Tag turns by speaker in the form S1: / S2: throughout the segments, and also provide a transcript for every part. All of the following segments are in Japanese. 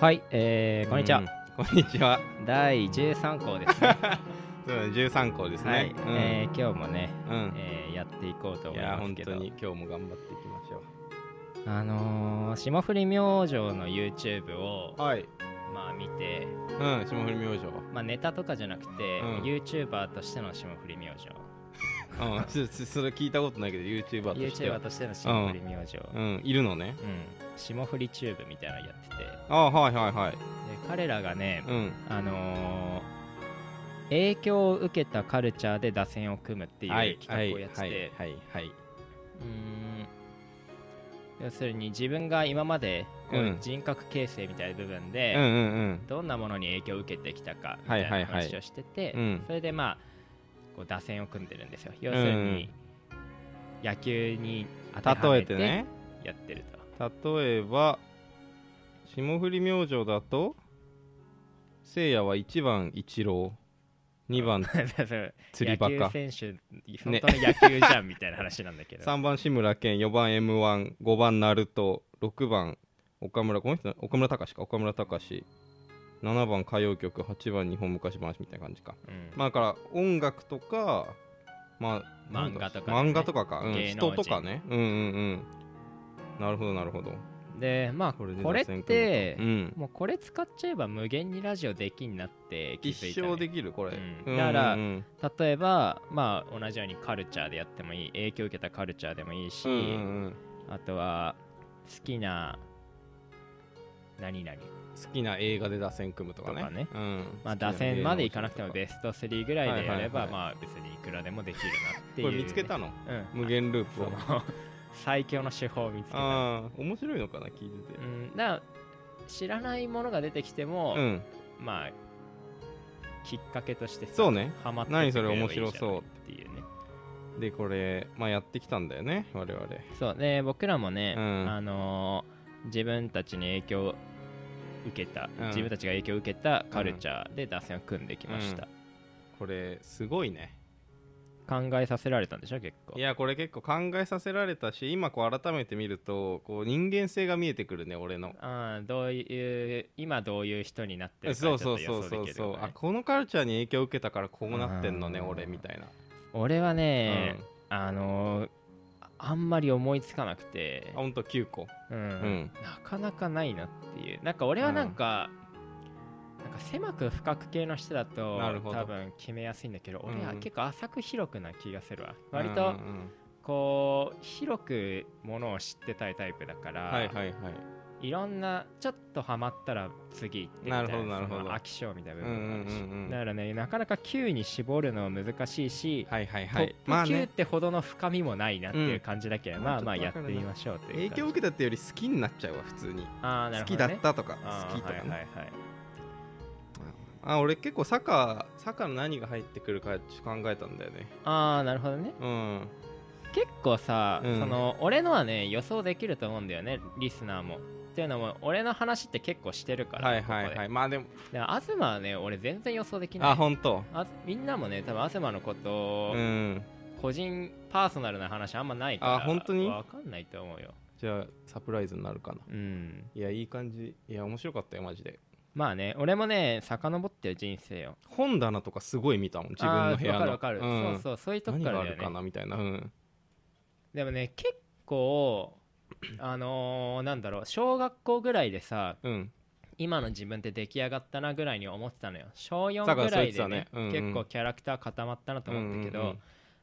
S1: はい、えー、こんにちは、
S2: うんこんにちは。
S1: 第13項です ね
S2: そう13校ですね。
S1: はい、
S2: うん
S1: えー今日もね、
S2: うん
S1: えーやっていこうと
S2: い
S1: 思い
S2: や
S1: ます
S2: 本
S1: け
S2: 当
S1: ど
S2: に今日も頑張っていきましょ
S1: あのー、霜降り明星の YouTube を
S2: う。はい。
S1: まあ見て、
S2: うん、霜降り明星。
S1: まあ、ネタとかじゃなくて、
S2: うん
S1: YouTuber としての霜降り明星
S2: うん、 そそそれ聞いたことないけど、YouTuber として
S1: YouTuber
S2: は。
S1: としての霜降り明星、うん
S2: うん、いるのね。
S1: 霜降りチューブみたいなのやっててで
S2: あはいはいはい。
S1: 彼らがね、
S2: うん。
S1: あのー影響を受けたカルチャーで打線を組むってい
S2: は
S1: う
S2: い
S1: 企
S2: はい
S1: 画を
S2: は
S1: や
S2: い
S1: ってて、
S2: はいはい。
S1: うーん要するに自分が今までこ
S2: う
S1: うん人格形成みたいな部分
S2: うんう
S1: で
S2: んうん。
S1: どんなものに影響を受けてきたかみたい
S2: はい
S1: な
S2: はいはい
S1: 話をしてて
S2: うん
S1: それでまあこう打線を組んでるんですよ要するに野球に当ては
S2: 例え
S1: め
S2: て
S1: て
S2: ね。
S1: やってると
S2: 例えば、霜降り明星だと、せいやは1番一郎、2番
S1: そう
S2: 釣り
S1: 野
S2: バカ
S1: 球。選手本当の野球じゃんみたいな話なんだけど
S2: 3番志村けん4番 m 1 5番ナルト6番岡村この人岡村隆史か岡村隆史7番歌謡曲8番日本昔話みたいな感じか
S1: うん
S2: まあだから音楽とかまあなん
S1: 漫
S2: だ
S1: 画とかね
S2: 漫画とかか、うん、
S1: 芸能人
S2: 人とかねうんうんうんなるほどなるほど
S1: でまあこ
S2: これで
S1: れっ
S2: 打線組むと
S1: て
S2: うん、
S1: もうこれ使っちゃえば無限にラジオできんなって気づい
S2: 一
S1: たね
S2: 生できるこれ、
S1: うん
S2: うん
S1: だから
S2: うんうん
S1: 例えば、まあ、同じようにカルチャーでやってもいい影響を受けたカルチャーでもいいし、
S2: うんうんうん
S1: あとは好きな何々、
S2: 好きな映画で打線組むとかね
S1: とかね
S2: うん、
S1: まあ、打線までいかなくても
S2: 好き芸能人
S1: ベスト3ぐらいでやれば、
S2: はいはい
S1: まあ、別にいくらでもできるなって
S2: と
S1: い
S2: か
S1: う
S2: こ
S1: ね、
S2: れ見つけたの
S1: うん
S2: 無限ループ
S1: そ
S2: を
S1: の 最強の手法を見つけた、
S2: ああ面白いのかな聞いてて
S1: うん、だから知らないものが出てきても、
S2: うん
S1: まあきっかけとしてさ
S2: そうね
S1: ハマって
S2: 何それ
S1: くば
S2: 面白そう
S1: いいじゃないっていうね
S2: でこれまあやってきたんだよね我々
S1: そうで僕らもね、
S2: うん
S1: あのー自分たちに影響を受けた、
S2: うん
S1: 自分たちが影響を受けたカルチャーで打線を組んできました、
S2: これすごいね
S1: 考えさせられたんでしょ結構
S2: いやこれ結構考えさせられたし今こう改めて見るとこう人間性が見えてくるね俺の
S1: あーどういう今どういう人になってるか
S2: そうそう
S1: ちょ
S2: そ
S1: っと予想で
S2: うそう
S1: きる
S2: そ
S1: よ
S2: う
S1: ね
S2: あこのカルチャーに影響を受けたからこうなってんのね
S1: うん
S2: 俺みたいな
S1: 俺はね、
S2: うん
S1: あのーあんまり思いつかなくて
S2: あ、ほんと9個
S1: うん
S2: ん
S1: なかなかないなっていうなんか俺はなんか、なんか狭く深く系の人だと
S2: なるほど
S1: 多分決めやすいんだけど俺は
S2: うん
S1: 結構浅く広くな気がするわ、割
S2: う
S1: と
S2: んうん
S1: こう広くものを知ってたいタイプだから、
S2: はいはいはい
S1: いろんなちょっとハマったら次行ってみたい
S2: なるほどなるほど
S1: その飽き性みたいな部分があるし、
S2: うんうんうんうん
S1: だからねなかなか9に絞るの難しいし、
S2: はいはいはい
S1: ト
S2: ま
S1: ッ
S2: あ
S1: プ9
S2: ね
S1: ってほどの深みもないなっていう感じだけど、
S2: うん
S1: まあ
S2: ちょっと
S1: まあや
S2: わ
S1: って
S2: かるな
S1: みましょうっていう
S2: 影響を受けたってより好きになっちゃうわ普通に
S1: あーな
S2: 好
S1: る
S2: き
S1: ほ
S2: だ
S1: ど
S2: っ
S1: ね
S2: たとか
S1: あー
S2: 好きとかね
S1: はいはいはい
S2: あ俺結構サッカーサッカーの何が入ってくるかちょっと考えたんだよね
S1: ああなるほどね
S2: うん
S1: 結構さ、
S2: うん
S1: その俺のはね予想できると思うんだよねリスナーもっていうのも俺の話って結構してるから
S2: はいはいはいまあでも
S1: い東はね俺全然予想できない
S2: あ本当
S1: あみんなもね多分東のこと
S2: う
S1: を、
S2: ん
S1: 個人パーソナルな話あんまないから
S2: あ本当に
S1: わかんないと思うよ
S2: じゃあサプライズになるかな
S1: うん
S2: いやいい感じいや面白かったよマジで
S1: まあね俺もね遡ってる人生よ
S2: 本棚とかすごい見たもん自分の部屋の
S1: あーわかるわかる、
S2: うん、
S1: そうそうそういうとこ
S2: 何
S1: か
S2: が
S1: ら
S2: あ
S1: だよ
S2: る
S1: ね
S2: かなみたいなうん
S1: でもね結構あのーなんだろう小学校ぐらいでさ
S2: うん
S1: 今の自分って出来上がったなぐらいに思ってたのよ小
S2: だ
S1: 4
S2: から
S1: ぐらいで、
S2: そう言っ
S1: ね
S2: てたねうんうん
S1: 結構キャラクター固まったなと思ったけど、
S2: うんうん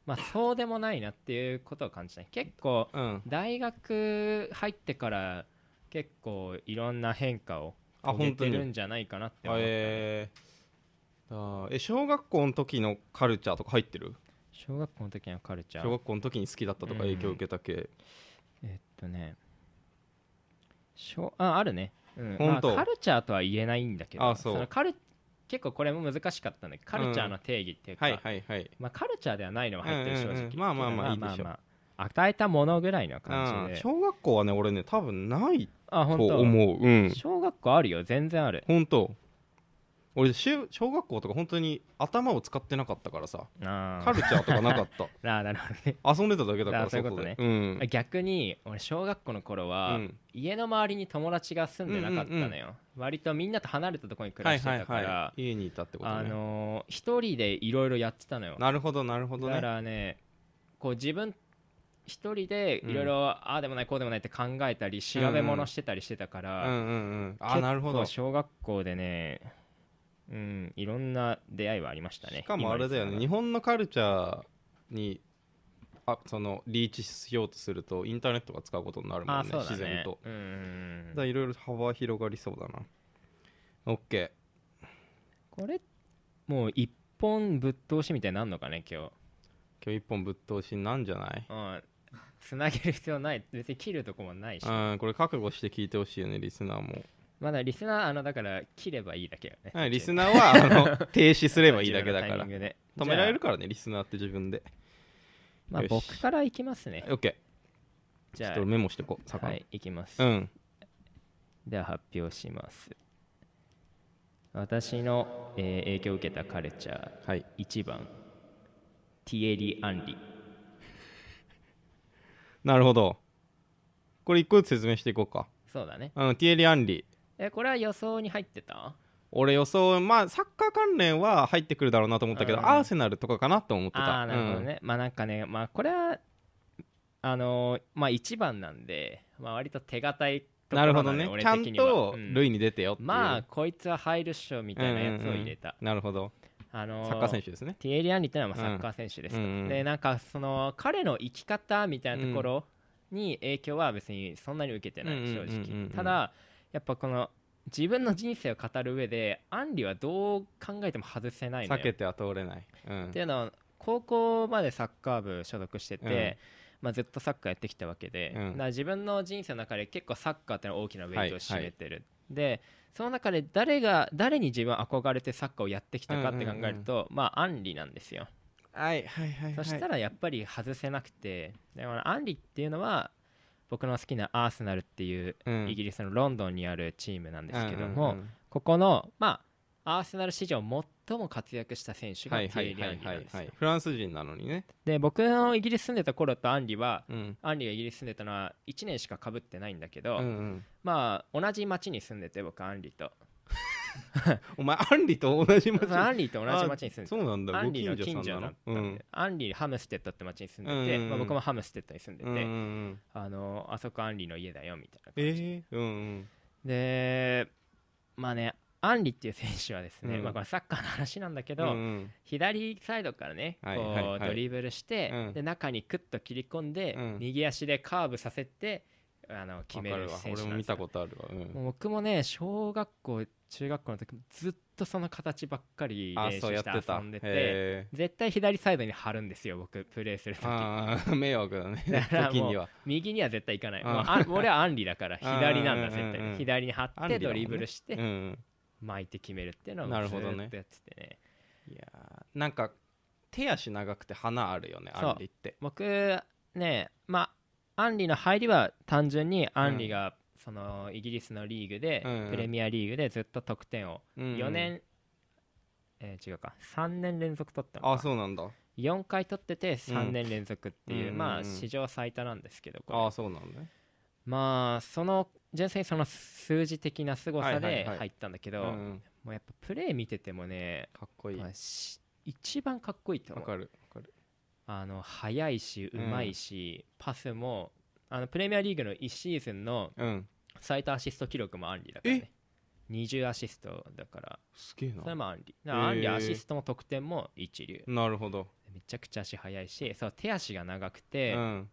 S1: まあそうでもないなっていうことを感じた結構
S2: うん、うん
S1: 大学入ってから結構いろんな変化を
S2: あ
S1: 遂げ
S2: 本当
S1: てる
S2: に
S1: んじゃないかなって思う
S2: えー、あーえ小学校の時のカルチャーとか入ってる
S1: 小学校の時のカルチャ
S2: 小
S1: ー
S2: 学校の時に好きだったとか影響受けた系、
S1: えっとね小ああるね、うん
S2: 本当
S1: まあカルチャーとは言えないんだけど
S2: あそう
S1: のカル結構これも難しかったんだけどカルチャーの定義っていうか、
S2: はいはいはい
S1: まあ、カルチャーではないのは入ってる正
S2: うん
S1: 直
S2: うん、うんまあまあまあいいでしょう
S1: あ与えたものぐらいの
S2: あ
S1: 感じで
S2: ー小学校はね俺ね多分ない
S1: あ
S2: と
S1: 本当
S2: 思ううん
S1: 小学校あるよ全然ある
S2: 本当俺小小学校とか本当に頭を使ってなかったからさ
S1: あ
S2: カ
S1: ー
S2: ルチャーとかなかっ た
S1: あーなるほどね
S2: 遊んでただけだから
S1: あそういうこと
S2: 外で
S1: ね
S2: うん
S1: 逆に俺小学校の頃は、
S2: うん
S1: 家の周りに友達が住んでなかったのよ、
S2: うんうん
S1: 割とみんなと離れたところに暮らしてたから、
S2: い、家にいたってことね
S1: あのー一人でいろいろやってたのよ
S2: なるほどなるほど
S1: だか
S2: ね
S1: らねこう自分一人でいろいろ、ああでもないこうでもないって考えたり調べ物してたりしてたか
S2: うん
S1: ら、
S2: うんうんあなるほど
S1: 結構小学校でねうんいろんな出会いはありましたね
S2: しかもあれだよね日
S1: 本
S2: 本のカルチャーにあそのリーチしようとするとインターネットが使うことになるも
S1: あ
S2: んね
S1: そうだね
S2: 自然と
S1: うんうんうん
S2: だからいろいろ幅広がりそうだな OK
S1: これもう一本ぶっ通しみたいになんのかね今日
S2: 今日一本ぶっ通しなんじゃな
S1: う
S2: い
S1: んつなげる必要ない別に切るとこもないし
S2: うんこれ覚悟して聞いてほしいよねリスナー も
S1: まだリスナーあのだから切ればいいだけよね
S2: はいリス
S1: ー
S2: ナーは あの停止すればいいだけだから止められ
S1: じ
S2: るからねリスナーって自分で
S1: ゃあまあ
S2: よし
S1: 僕からいきますね
S2: OK
S1: じ
S2: ちょ
S1: ゃ
S2: っとメモしてこう
S1: あ
S2: 魚
S1: はいいきます
S2: うん
S1: では発表します私の、えー影響を受けたカルチャー
S2: はい
S1: 1番ティエリ・アンリ
S2: なるほどこれ一個ずつ説明していこうか
S1: そうだね
S2: うんティエリ・アンリ
S1: えこれは予想に入ってた
S2: 俺予想まあサッカー関連は入ってくるだろうなと思ったけど、
S1: うん
S2: アーセナルとかかなと思ってた
S1: ああーなるほどね、まあなんかねまあこれはあのーまあ1番なんで、まあ、割と手堅い
S2: うん
S1: とこ
S2: な
S1: ろな
S2: るほ
S1: の
S2: ど
S1: よ
S2: ね
S1: 俺
S2: ちゃ
S1: 的
S2: ん
S1: には
S2: と
S1: うん
S2: 類に出てよっていう、
S1: まあこいつは入るっしょみたいなやつを入れた、
S2: うんうんうんなるほど
S1: あの
S2: サッカー選
S1: 手
S2: 手ですね
S1: ティエリ・アンリってのはまあ
S2: う
S1: サ
S2: ん
S1: ッカー選手ですと、
S2: うんうん
S1: でなんかその彼の生き方みたいなところに影響は別にそんなに受けてない、
S2: うん
S1: 正直、
S2: うんうんうんうん
S1: ただやっぱこの自分の人生を語る上でアンリはどう考えても外せないの
S2: 避
S1: よ
S2: けては通れない、うん
S1: っていうのは高校までサッカー部所属してて、まあ、ずっとサッカーやってきたわけで、
S2: う
S1: だ
S2: ん
S1: から自分の人生の中で結構サッカーってのは大きなウェイトを占めてる、でその中で誰が誰に自分は憧れてサッカーをやってきたかって考えると、まあアンリなんですよ、
S2: はいはいはい、はい、
S1: そしたらやっぱり外せなくてだからアンリっていうのは僕の好きなアーセナルっていう
S2: うん
S1: イギリスのロンドンにあるチームなんですけども、
S2: うんうんうん
S1: ここのまあアーセナル史上最も活躍した選手が
S2: は
S1: テ
S2: いは
S1: ィエ
S2: い
S1: リ
S2: は
S1: アン
S2: い
S1: リ
S2: は
S1: なん
S2: い
S1: です
S2: は
S1: よ
S2: いフランス人なのにね
S1: で僕のイギリス住んでた頃とアンリは
S2: うん
S1: アンリがイギリス住んでたのは1年しかかぶってないんだけど、
S2: うんうん
S1: まあ同じ町に住んでて僕アンリ と
S2: お前アンリと同じ町
S1: そのアンリと同じ町に住んで
S2: そうなん
S1: て
S2: だ
S1: ア
S2: ご
S1: ンリの
S2: 近
S1: 近
S2: 所さ
S1: 所
S2: ん
S1: だ
S2: な
S1: ったん
S2: の
S1: で、アンリハムステッドって町に住んでて、
S2: うんうんうん
S1: まあ、僕もハムステッドに住んでて、
S2: うんうんうん
S1: あのあそこアンリの家だよみたいな感じ、
S2: えー、うんうん
S1: でまあねアンリっていう選手はですね、
S2: うん
S1: まあ、これサッカーの話なんだけど、
S2: うんうん
S1: 左サイドからねこ
S2: はいはいは
S1: う
S2: い
S1: ドリブルして、
S2: うん
S1: で中にクッと切り込んで、
S2: うん
S1: 右足でカーブさせてあの決める
S2: わか
S1: 選
S2: る
S1: 手
S2: わ
S1: なん
S2: 俺も
S1: で
S2: 見
S1: すよ
S2: たことあるわ、うん
S1: もう僕もね小学校中学校の時ずっとその形ばっかり
S2: あ
S1: 練習
S2: そうや
S1: し
S2: っててた
S1: 遊んでて
S2: へ
S1: 絶対左サイドに張るんですよ僕プレーする
S2: ー
S1: 時
S2: あー迷惑だね
S1: だ からもう
S2: 時には
S1: 右には絶対行かない
S2: あー
S1: もうあ俺はアンリだから
S2: あー
S1: 左なんだ
S2: うん
S1: 絶対
S2: うんうん
S1: に左に張っ
S2: アンリ
S1: て
S2: だも
S1: ド
S2: んね
S1: リブルし
S2: うん
S1: て
S2: うん
S1: 巻いて決めるっていうのを
S2: なる
S1: ず
S2: ほどね
S1: ーっとやっててね
S2: いやーなんか手足長くて花あるよね
S1: そう
S2: アンリって
S1: 僕ねまあアンリの入りは単純にアンリが、そのイギリスのリーグで、
S2: うんうん
S1: プレミアリーグでずっと得点を4
S2: 4
S1: 年、えー違うか3年連続取ったの
S2: あ
S1: か
S2: そうなんだ
S1: 4回取ってて3年連続っていう、
S2: うん
S1: まあ
S2: うんうんうん
S1: 史上最多なんですけどこれ
S2: あそうなんだね
S1: まあその純粋にその数字的な凄さ
S2: はいはい
S1: で
S2: はい
S1: 入ったんだけ
S2: う
S1: ど、
S2: んうん
S1: もうやっぱプレー見ててもね、
S2: かっこいい
S1: ま
S2: わ
S1: あし一番かっこいいと思う
S2: かるわかる
S1: あの速いしう
S2: うん
S1: まいし、パスもあのプレミアリーグの1シーズンの
S2: うん
S1: 最多アシスト記録もアンリだからね20アシストだから
S2: すげえ
S1: それ
S2: な
S1: もアンリだからアン
S2: へ
S1: リ
S2: ー
S1: アシストも得点も一流
S2: なるほど
S1: めちゃくちゃ足速いしそう手足が長く
S2: う
S1: て、
S2: ん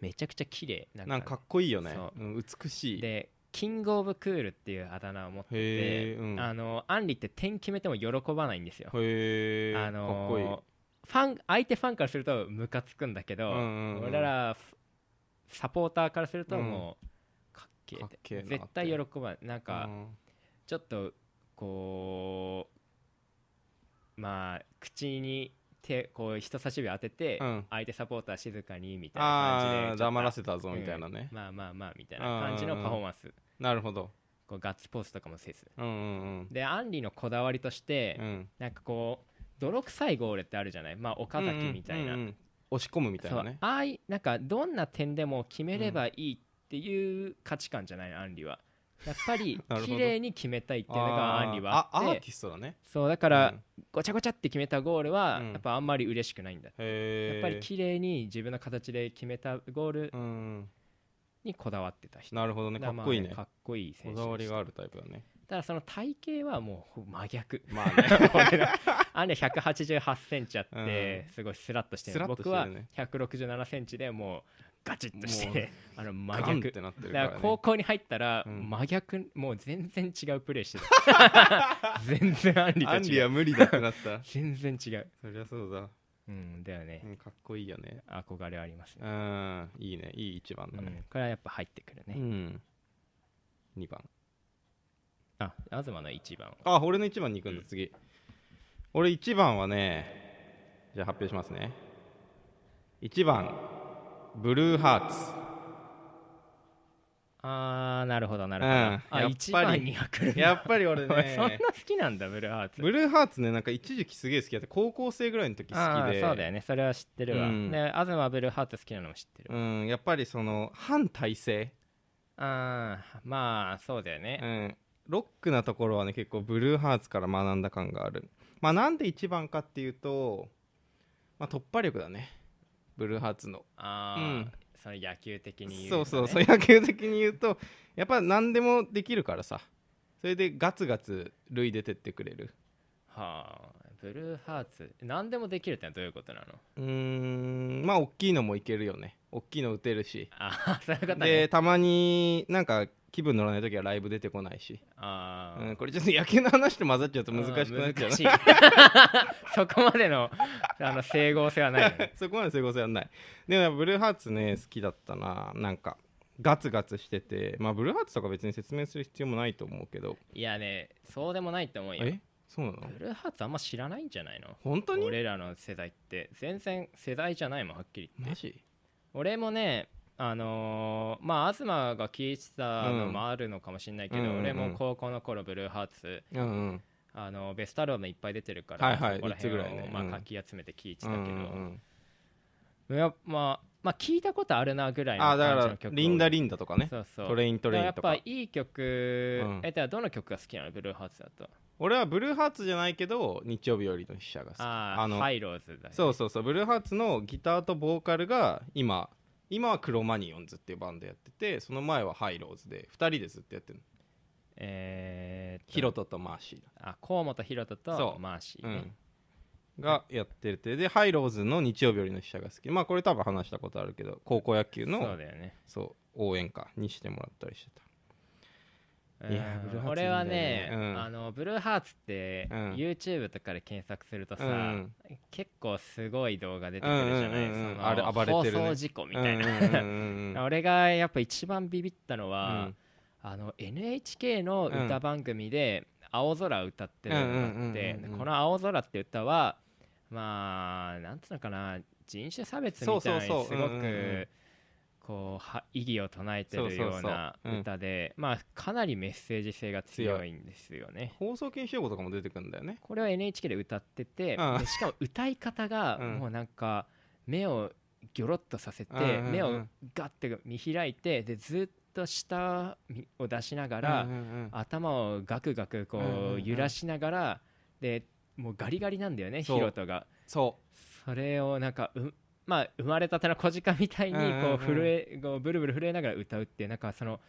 S1: めちゃくちゃ綺麗なんか,、
S2: なんかかっこいいよね
S1: そう
S2: うん美しいへ
S1: でキングオブクールっていうあだ名を持ってて、
S2: えうん
S1: あのアンリって点決めても喜ばないんですよ、
S2: へえ
S1: あ
S2: かっこいい
S1: のファン相手ファンからするとムカつくんだけど、
S2: うんうんうん
S1: 俺らフサポーターからするともう、かっけえっ
S2: かっけ
S1: て
S2: えなって
S1: 絶対喜ばんなん
S2: う
S1: か
S2: ん
S1: ちょっとこうまあ口に手こう人差し指当てて、
S2: うん
S1: 相手サポーター静かにみたいな感じでち
S2: あ
S1: ょ
S2: あ
S1: っと
S2: 黙らせたぞみたいなね
S1: うんまあまあまあみたいな感じのパフォーマンス
S2: なるほど
S1: こうガッツポーズとかもせず
S2: うんうん
S1: でアンリのこだわりとして、
S2: うんうん
S1: なんかこう泥臭いゴールってあるじゃないまあ岡崎みたいな、
S2: うんうんうんうん押し込むみたい
S1: そう
S2: なね
S1: ああいなんかどんな点でも決めればいいっていう価値観じゃないのアンリはやっぱり
S2: なるほど
S1: 綺麗に決めたいっていうのが
S2: あ
S1: ア
S2: ー
S1: ンリはあ
S2: あア
S1: っ
S2: ー
S1: て
S2: ティストだね
S1: そうだか
S2: から
S1: ごちゃごちゃって決めたゴールは
S2: うん
S1: やっぱあんまり嬉しくないんだ、
S2: へ
S1: や
S2: え
S1: っぱり綺麗に自分の形で決めたゴール
S2: うん
S1: にこだわってた人
S2: なるほどね
S1: だ
S2: からっ
S1: まあ
S2: こいいね
S1: かっこいい
S2: こ
S1: 選手
S2: だわりがあ
S1: る
S2: るタイプだね
S1: ただその体型はもう真逆
S2: まあ ね
S1: 俺らあんね188センチあって
S2: う
S1: すごいスラッとして
S2: ス
S1: る
S2: ラッとし
S1: 僕
S2: てる
S1: は
S2: ね
S1: 167センチでもうガチッとし
S2: も
S1: てあの真
S2: ガンっ
S1: 逆
S2: てなってるか
S1: だ
S2: ら
S1: から
S2: ね
S1: 高校に入ったら
S2: うん
S1: 真逆もう全然違うプレー してた全然アンリ
S2: ア
S1: と
S2: ンリ
S1: 違
S2: は
S1: う
S2: 無理だってなった
S1: 全然違う
S2: そりゃそうだ、
S1: うんだよね
S2: うん、かっこいいよね
S1: 憧れはありますね
S2: うんいいねいい一番だ
S1: う
S2: ね
S1: んこれはやっぱ入ってくる
S2: う
S1: ね
S2: ん、二2番
S1: あ東の一番
S2: あ俺の1番に行くんだ
S1: うん
S2: 次、俺1番はねじゃあ発表しますね1番ブルーハーツ
S1: あーなるほどなる
S2: うん
S1: ほどあ
S2: やっぱり
S1: 一番には来るな
S2: やっぱり俺
S1: お前そんな
S2: ね
S1: 好きなんだブルーハーツ
S2: ブルーハーツねなんか一時期すげえ好きだった高校生ぐらいの時好き
S1: ああ
S2: で
S1: そうだよねそれは知ってるわ、
S2: うん
S1: で東ブルーハーツ好きなのも知ってる、
S2: うん、やっぱりその反体制、
S1: ああまあそうだよ
S2: う
S1: ね、
S2: ん、ロックなところはね結構ブルーハーツから学んだ感があるまあなんで1番かっていうと、まあ、突破力だねブルーハーツの
S1: ああ、
S2: うん
S1: その野球的に言う
S2: そうそうそう
S1: う
S2: 野球的に言うとやっぱ何でもできるからさそれでガツガツ塁出てってくれる
S1: はあブルーハーツ何でもできるってのはどういうことなの
S2: うーんまあ大きいのもいけるよね大きいの打てるし
S1: ああ そういうこと
S2: で
S1: ね
S2: たまになんか気分乗らない時はライブ出てこないし、
S1: ああ、
S2: うん、これちょっと野球の話と混ざっちゃうと難しくなっちゃ
S1: 難
S2: うな
S1: しい そこまでの あの整合性はないよね
S2: そこまで整合性はないでもブルーハーツね好きだったななんかガツガツしててまあブルーハーツとか別に説明する必要もないと思うけど
S1: いやねそうでもないと思うよ
S2: えそうなの
S1: ブルーハーツあんま知らないんじゃないの
S2: 本当に
S1: 俺らの世代って全然世代じゃないもんはっきり言って
S2: マジ
S1: 俺もねあのーまあ東が聞いてたの
S2: うん
S1: もあるのかもしれないけど、
S2: うんうんうん
S1: 俺も高校の頃ブルーハーツ
S2: うんうん
S1: あのベストアルバムいっぱい出てるから、
S2: はいはい
S1: そこら
S2: いつ
S1: 辺
S2: ぐ
S1: を、
S2: らいね
S1: ま
S2: うん
S1: あ、かき集めて聞いて
S2: う
S1: た
S2: ん
S1: け
S2: う
S1: ど、
S2: ん
S1: いやまあまあ聞いたことあるなぐら
S2: う
S1: い
S2: ん
S1: の
S2: あ
S1: 感
S2: だ
S1: じ
S2: か
S1: の
S2: ら
S1: 曲
S2: リンダ
S1: ン
S2: リンダとかね
S1: そうそう
S2: トレイント
S1: だから
S2: レイ
S1: や
S2: ン
S1: っ
S2: と
S1: ぱ
S2: か
S1: いい曲、
S2: うん
S1: えではどの曲が好きなのブルーハーツだと
S2: 俺はブルーハーツじゃないけど日曜日よりの筆者が好き
S1: ああ
S2: あの
S1: ハイローズだ、ね、
S2: そうそうそうブルーハーツのギターとボーカルが今今はクロマニオンズっていうバンドやっててその前はハイローズで2人でずっとやってるの
S1: えーっと
S2: ヒロトとマーシー
S1: あ河本ヒロト
S2: そ
S1: と
S2: う
S1: マーシー
S2: う
S1: ね、
S2: ん、がやっててでハイローズの日曜日よりの飛車が好きまあこれ多分話したことあるけど高校野球の
S1: そ
S2: そうう
S1: だよね
S2: 応援歌にしてもらったりして
S1: うん
S2: いやブルーハーツいいんだよね
S1: 俺はね、
S2: うん
S1: あのブルーハーツって、
S2: うん
S1: YouTube とかで検索すると
S2: た
S1: さ、
S2: うん
S1: 結構すごい動画出てくるじゃない、
S2: うんうんうんうん
S1: その
S2: あれ暴れてるね
S1: 放送事故みたいな、
S2: う んうんうんうん
S1: 俺がやっぱ一番ビビったの
S2: う
S1: は、
S2: ん
S1: あの NHK の歌番組で「青空」を歌ってるのがあって、
S2: うんうんうんうんうん
S1: この「青空」って歌はまあなんつうのかな人種差別みたいにす
S2: そう
S1: ご
S2: そう
S1: く
S2: そううんうんうん
S1: こうは意義を唱えてるような
S2: そうそうそううん
S1: 歌でまあかなりメッセージ性が強いんですよね。
S2: 放送禁止用語とかも出てくるんだよね
S1: これは NHK で歌ってて、
S2: うん
S1: でしかも歌い方が
S2: うん
S1: もうなんか目をギョロッとさせて、
S2: うんうんうん
S1: 目をガッて見開いてでずっと舌を出しながら、
S2: うんうんうん
S1: 頭をガクガクこ
S2: うんうんう
S1: うん揺らしながら、でもうガリガリなんだよね
S2: そう
S1: ヒロトが
S2: そ
S1: それをなんかうまあ生まれたての小鹿みたいに
S2: うんうんう
S1: こ
S2: ん
S1: う震えこうブルブル震えながら歌うっていうなんかその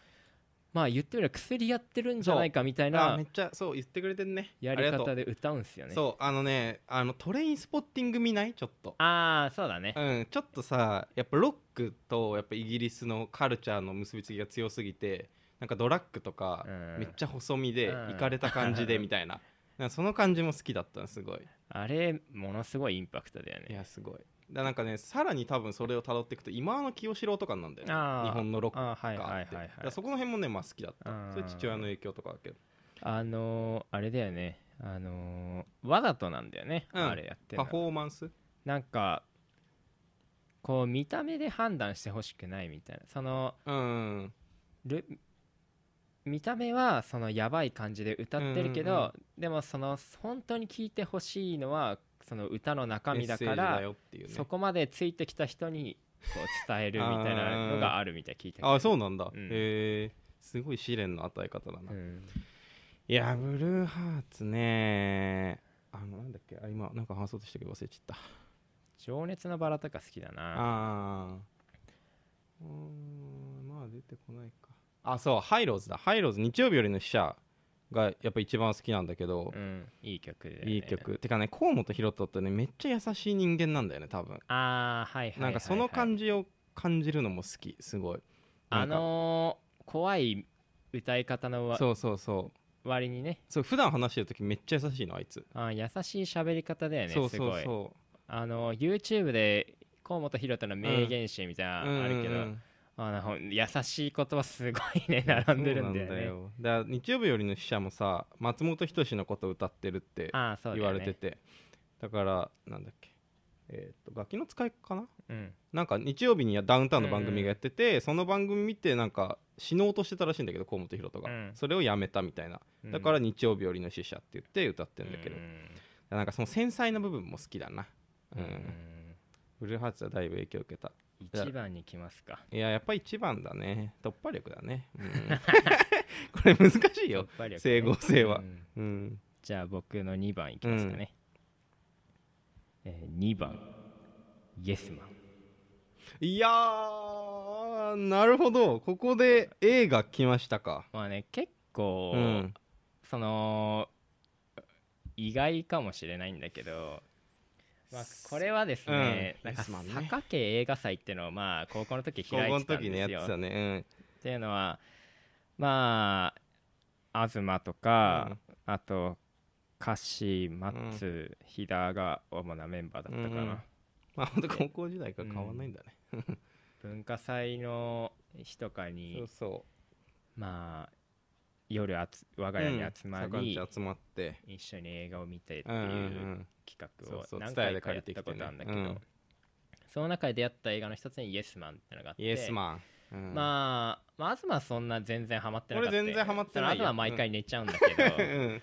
S1: まあ言ってみれば薬やってるんじゃないかみたいう
S2: あ
S1: な
S2: めっちゃそう言ってくれてんね
S1: やり
S2: あがと
S1: 方
S2: う
S1: で歌うんすよね
S2: そうあのねあのトレインスポッティング見ないちょっと
S1: ああそうだね
S2: うん、ちょっとさやっぱロックとやっぱイギリスのカルチャーの結びつきが強すぎてなんかドラッグとか
S1: うん
S2: めっちゃ細身で
S1: うん
S2: いかれた感じでみた いななんかその感じも好きだったのすごい
S1: あれものすごいインパクトだよ
S2: い
S1: ね
S2: やすごいだなんかねさらに多分それを辿っていくと今の清志郎とかなんだよね
S1: あー
S2: 日本のロック
S1: あーはい
S2: が
S1: は
S2: あ
S1: い
S2: って
S1: はい
S2: だ
S1: は
S2: か
S1: い
S2: らそこの辺もねまあ好きだった
S1: うん
S2: それ父親の影響とかだけど
S1: あのーあれだよねあのーわざとなんだよね、
S2: うん
S1: あれやってん
S2: パ
S1: の
S2: フォーマンス
S1: なんかこう見た目で判断してほしくないみたいなその
S2: うん
S1: ル見た目はそのやばい感じで歌ってるけど、
S2: うんうんう
S1: でもその本当に聴いてほしいのはその歌の中身だか
S2: メッセージだ
S1: ら
S2: よっていうね
S1: そこまでついてきた人にこう伝えるみたいなのがあるみたい聞いて
S2: あそうなんだ、
S1: うん
S2: へえすごい試練の与え方だな、
S1: う
S2: い
S1: ん
S2: やブルーハーツねあのなんだっけあ今なんか話そうとしたけど忘れちゃった
S1: 情熱のバラとか好きだな
S2: あーうーんまあ出てこないかあそうハイローズだハイローズ日曜日よりの死者がやっぱ一番好きなんだけど
S1: う、んいい曲だよね
S2: いい曲てかね河本ロ人ってねめっちゃ優しい人間なんだよね多分
S1: あーはいはいはい、はい、
S2: なんかその感じを感じるのも好きすごい
S1: あのー怖い歌い方の
S2: なんか
S1: わ
S2: そうそうそう
S1: 割にね
S2: そう普段話してる時めっちゃ優しいのあいつ、
S1: あー優しい喋り方だよね
S2: そう
S1: す
S2: そ
S1: ご
S2: う
S1: い
S2: そ
S1: あの YouTube で河本大翔の名言集みたいうな
S2: うんうんうん
S1: のあるけど、あの優しい言葉すごいね並んでるんだよ ね
S2: そうなんだよだから日曜日よりの死者もさ松本人志のことを歌ってるって
S1: ああそうだ
S2: 言
S1: よ
S2: わ
S1: ね
S2: れててだ,、からなんだっけえっ、と楽器の使いかな
S1: うん
S2: なんか日曜日にやダウンタウンの番組がやってて、その番組見てなんか死のうとしてたらしいんだけど河本大翔が、
S1: うん
S2: それをやめたみたいな
S1: うん
S2: だから日曜日よりの死者って言って歌って
S1: うん
S2: だけど、
S1: ん
S2: なんかその繊細な部分も好きだなうん、
S1: うん
S2: ブルーハーツはだいぶ影響を受けた
S1: 一番に来ますか
S2: いややっぱ一番だね突破力だね、 うんこれ難しい
S1: やっ
S2: よ
S1: ぱり
S2: 整合性は
S1: ん
S2: うん
S1: じゃあ僕の2番いきますかね、えー、2番イエスマン
S2: いやーなるほどここで映画来ましたか
S1: まあね結構、
S2: うん
S1: その意外かもしれないんだけど、まあ、これはですね、
S2: う
S1: な
S2: ん
S1: んか
S2: ですもんね
S1: 佐賀家映画祭っていうのをまあ高校の時
S2: 高校
S1: 開い
S2: の
S1: てたん
S2: 時ねや
S1: で
S2: っ
S1: す
S2: て
S1: よ。
S2: たね
S1: っていうのはまあ東とか、あとカシ松飛田が主なメンバーだったかな、
S2: うんうんまあ本当高校時代から変わんないんだね、
S1: 文化祭の日とかに
S2: そうそ
S1: まあ夜あつ我
S2: う
S1: が家に集ま
S2: うん
S1: り、
S2: 坂道集まって
S1: 一緒に映画を見てって
S2: うんうんう
S1: いうん企画を
S2: そうそう
S1: 何
S2: TSUTAYA
S1: 回
S2: で
S1: か
S2: 借
S1: やっ
S2: りてき
S1: た
S2: てね
S1: ことあるんだけど、
S2: うん
S1: その中で出会った映画の一つに「イエスマン」ってのがあって
S2: イエスマン、うん
S1: まあ、まあ、東はそんな全然ハマってなかったよ
S2: 俺全然ハマってない
S1: そ
S2: よ
S1: の東は毎回寝ちゃうんだけど、
S2: うん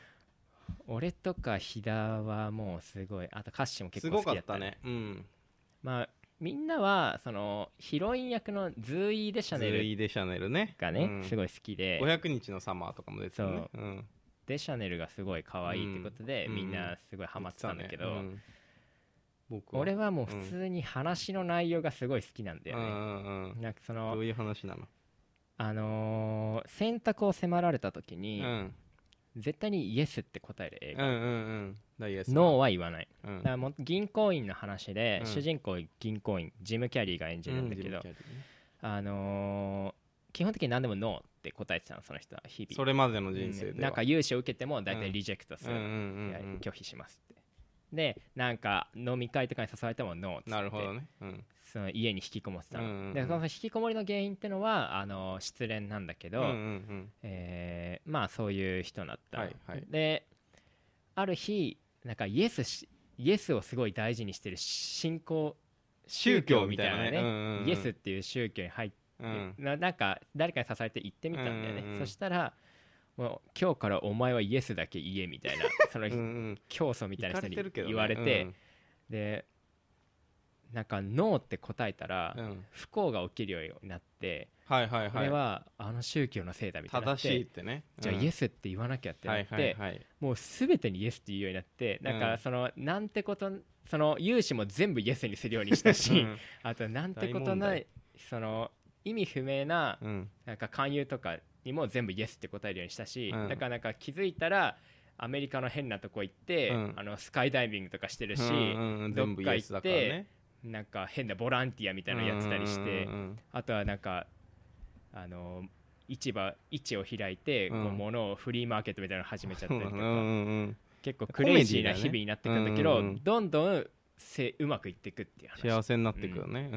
S1: 俺とか飛田はもうすごいあと歌詞も結
S2: す
S1: 構
S2: ご
S1: 好
S2: か
S1: き
S2: っ
S1: だった
S2: た
S1: ね
S2: ねうん
S1: まあみんなはそのヒロイン役のズーイ・デ・シャネ
S2: ズ
S1: ル
S2: イデシャネルね
S1: がね、
S2: うん
S1: すごい好きで
S2: 500日のサマーとかも出てたねうん
S1: デ・シャネルがすごい可愛いってことで、
S2: うん
S1: みんなすごいハマってたんだけど、
S2: 言ってたねうん僕は
S1: 俺はもう普通に話の内容がすごい好きなんだよ
S2: う
S1: ね、
S2: んうんうん
S1: なんかその
S2: どういう話なの
S1: あのー選択を迫られた時
S2: う
S1: に、
S2: ん
S1: 絶対にイエスって答える映
S2: う
S1: 画、
S2: んうんうんダイエス
S1: ノーは言わない、
S2: う
S1: だ
S2: ん
S1: からもう銀行員の話で、
S2: うん
S1: 主人公銀行員ジム・キャリーが演じるんだけど、
S2: うんジムキャリーね
S1: あのー基本的に何でもノーって答えてたのその人は日々
S2: それまでの人生では
S1: うんなんか融資を受けても大体リジェクトす
S2: うん
S1: る、
S2: うんうん
S1: いや
S2: うん
S1: 拒否しますってでなんか飲み会とかに誘われてもノーっつって
S2: なるほどねうん
S1: その家に引きこもってたの、
S2: うんうんうん
S1: でその引きこもりの原因ってのはあの失恋なんだけど、
S2: うんうん
S1: えーまあそういう人だった、
S2: はいはい
S1: である日なんかイエスしイエスをすごい大事にしてる信仰宗教みたいなね
S2: 宗教みたいなねうんうんうん
S1: イエスっていう宗教に入って、
S2: うんうん
S1: ななんか誰かに支えて行ってみたんだよね、
S2: うんうんうん
S1: そしたらもう今日からお前はイエスだけ言えみたいな その
S2: うんうん
S1: 教祖みたいな人に
S2: 行かれてるけどね
S1: 言われてでなんかノーって答えたら、
S2: うんうん
S1: 不幸が起きるようになって、
S2: はいはい
S1: これ
S2: はい
S1: はあの宗教のせいだみたいにな
S2: 正
S1: って
S2: しいってね
S1: じゃあ
S2: うん
S1: イエスって言わなきゃってなって、
S2: はいはいはい
S1: もう全てにイエスって言うようになってなん
S2: う
S1: か
S2: ん
S1: その、なんてことその融資も全部イエスにするようにしたし、
S2: うん
S1: あとなんてことな
S2: 大問
S1: いその意味不明な
S2: うん
S1: なんか勧誘とかにも全部イエスって答えるようにしたし、
S2: うん
S1: だからなんか気づいたらアメリカの変なとこ行って、
S2: うん
S1: あのスカイダイビングとかしてるし、
S2: うんうんうん全部イエスだからね
S1: なんか変なボランティアみたいなのやってたりして。
S2: うんうんうんうん
S1: あとはなんかあの市場市を開いて、
S2: うん
S1: こう物をフリーマーケットみたいなの始めちゃった
S2: そ
S1: り
S2: うだ
S1: と
S2: ね
S1: か、
S2: うんうんうん
S1: 結構
S2: コ
S1: ク
S2: メデ
S1: レ
S2: ィーだよね
S1: イジーな日々になっていくんだけど
S2: うんうんうん
S1: どんどんせうまくいっていくっていう
S2: 幸
S1: 話
S2: せになっていくよね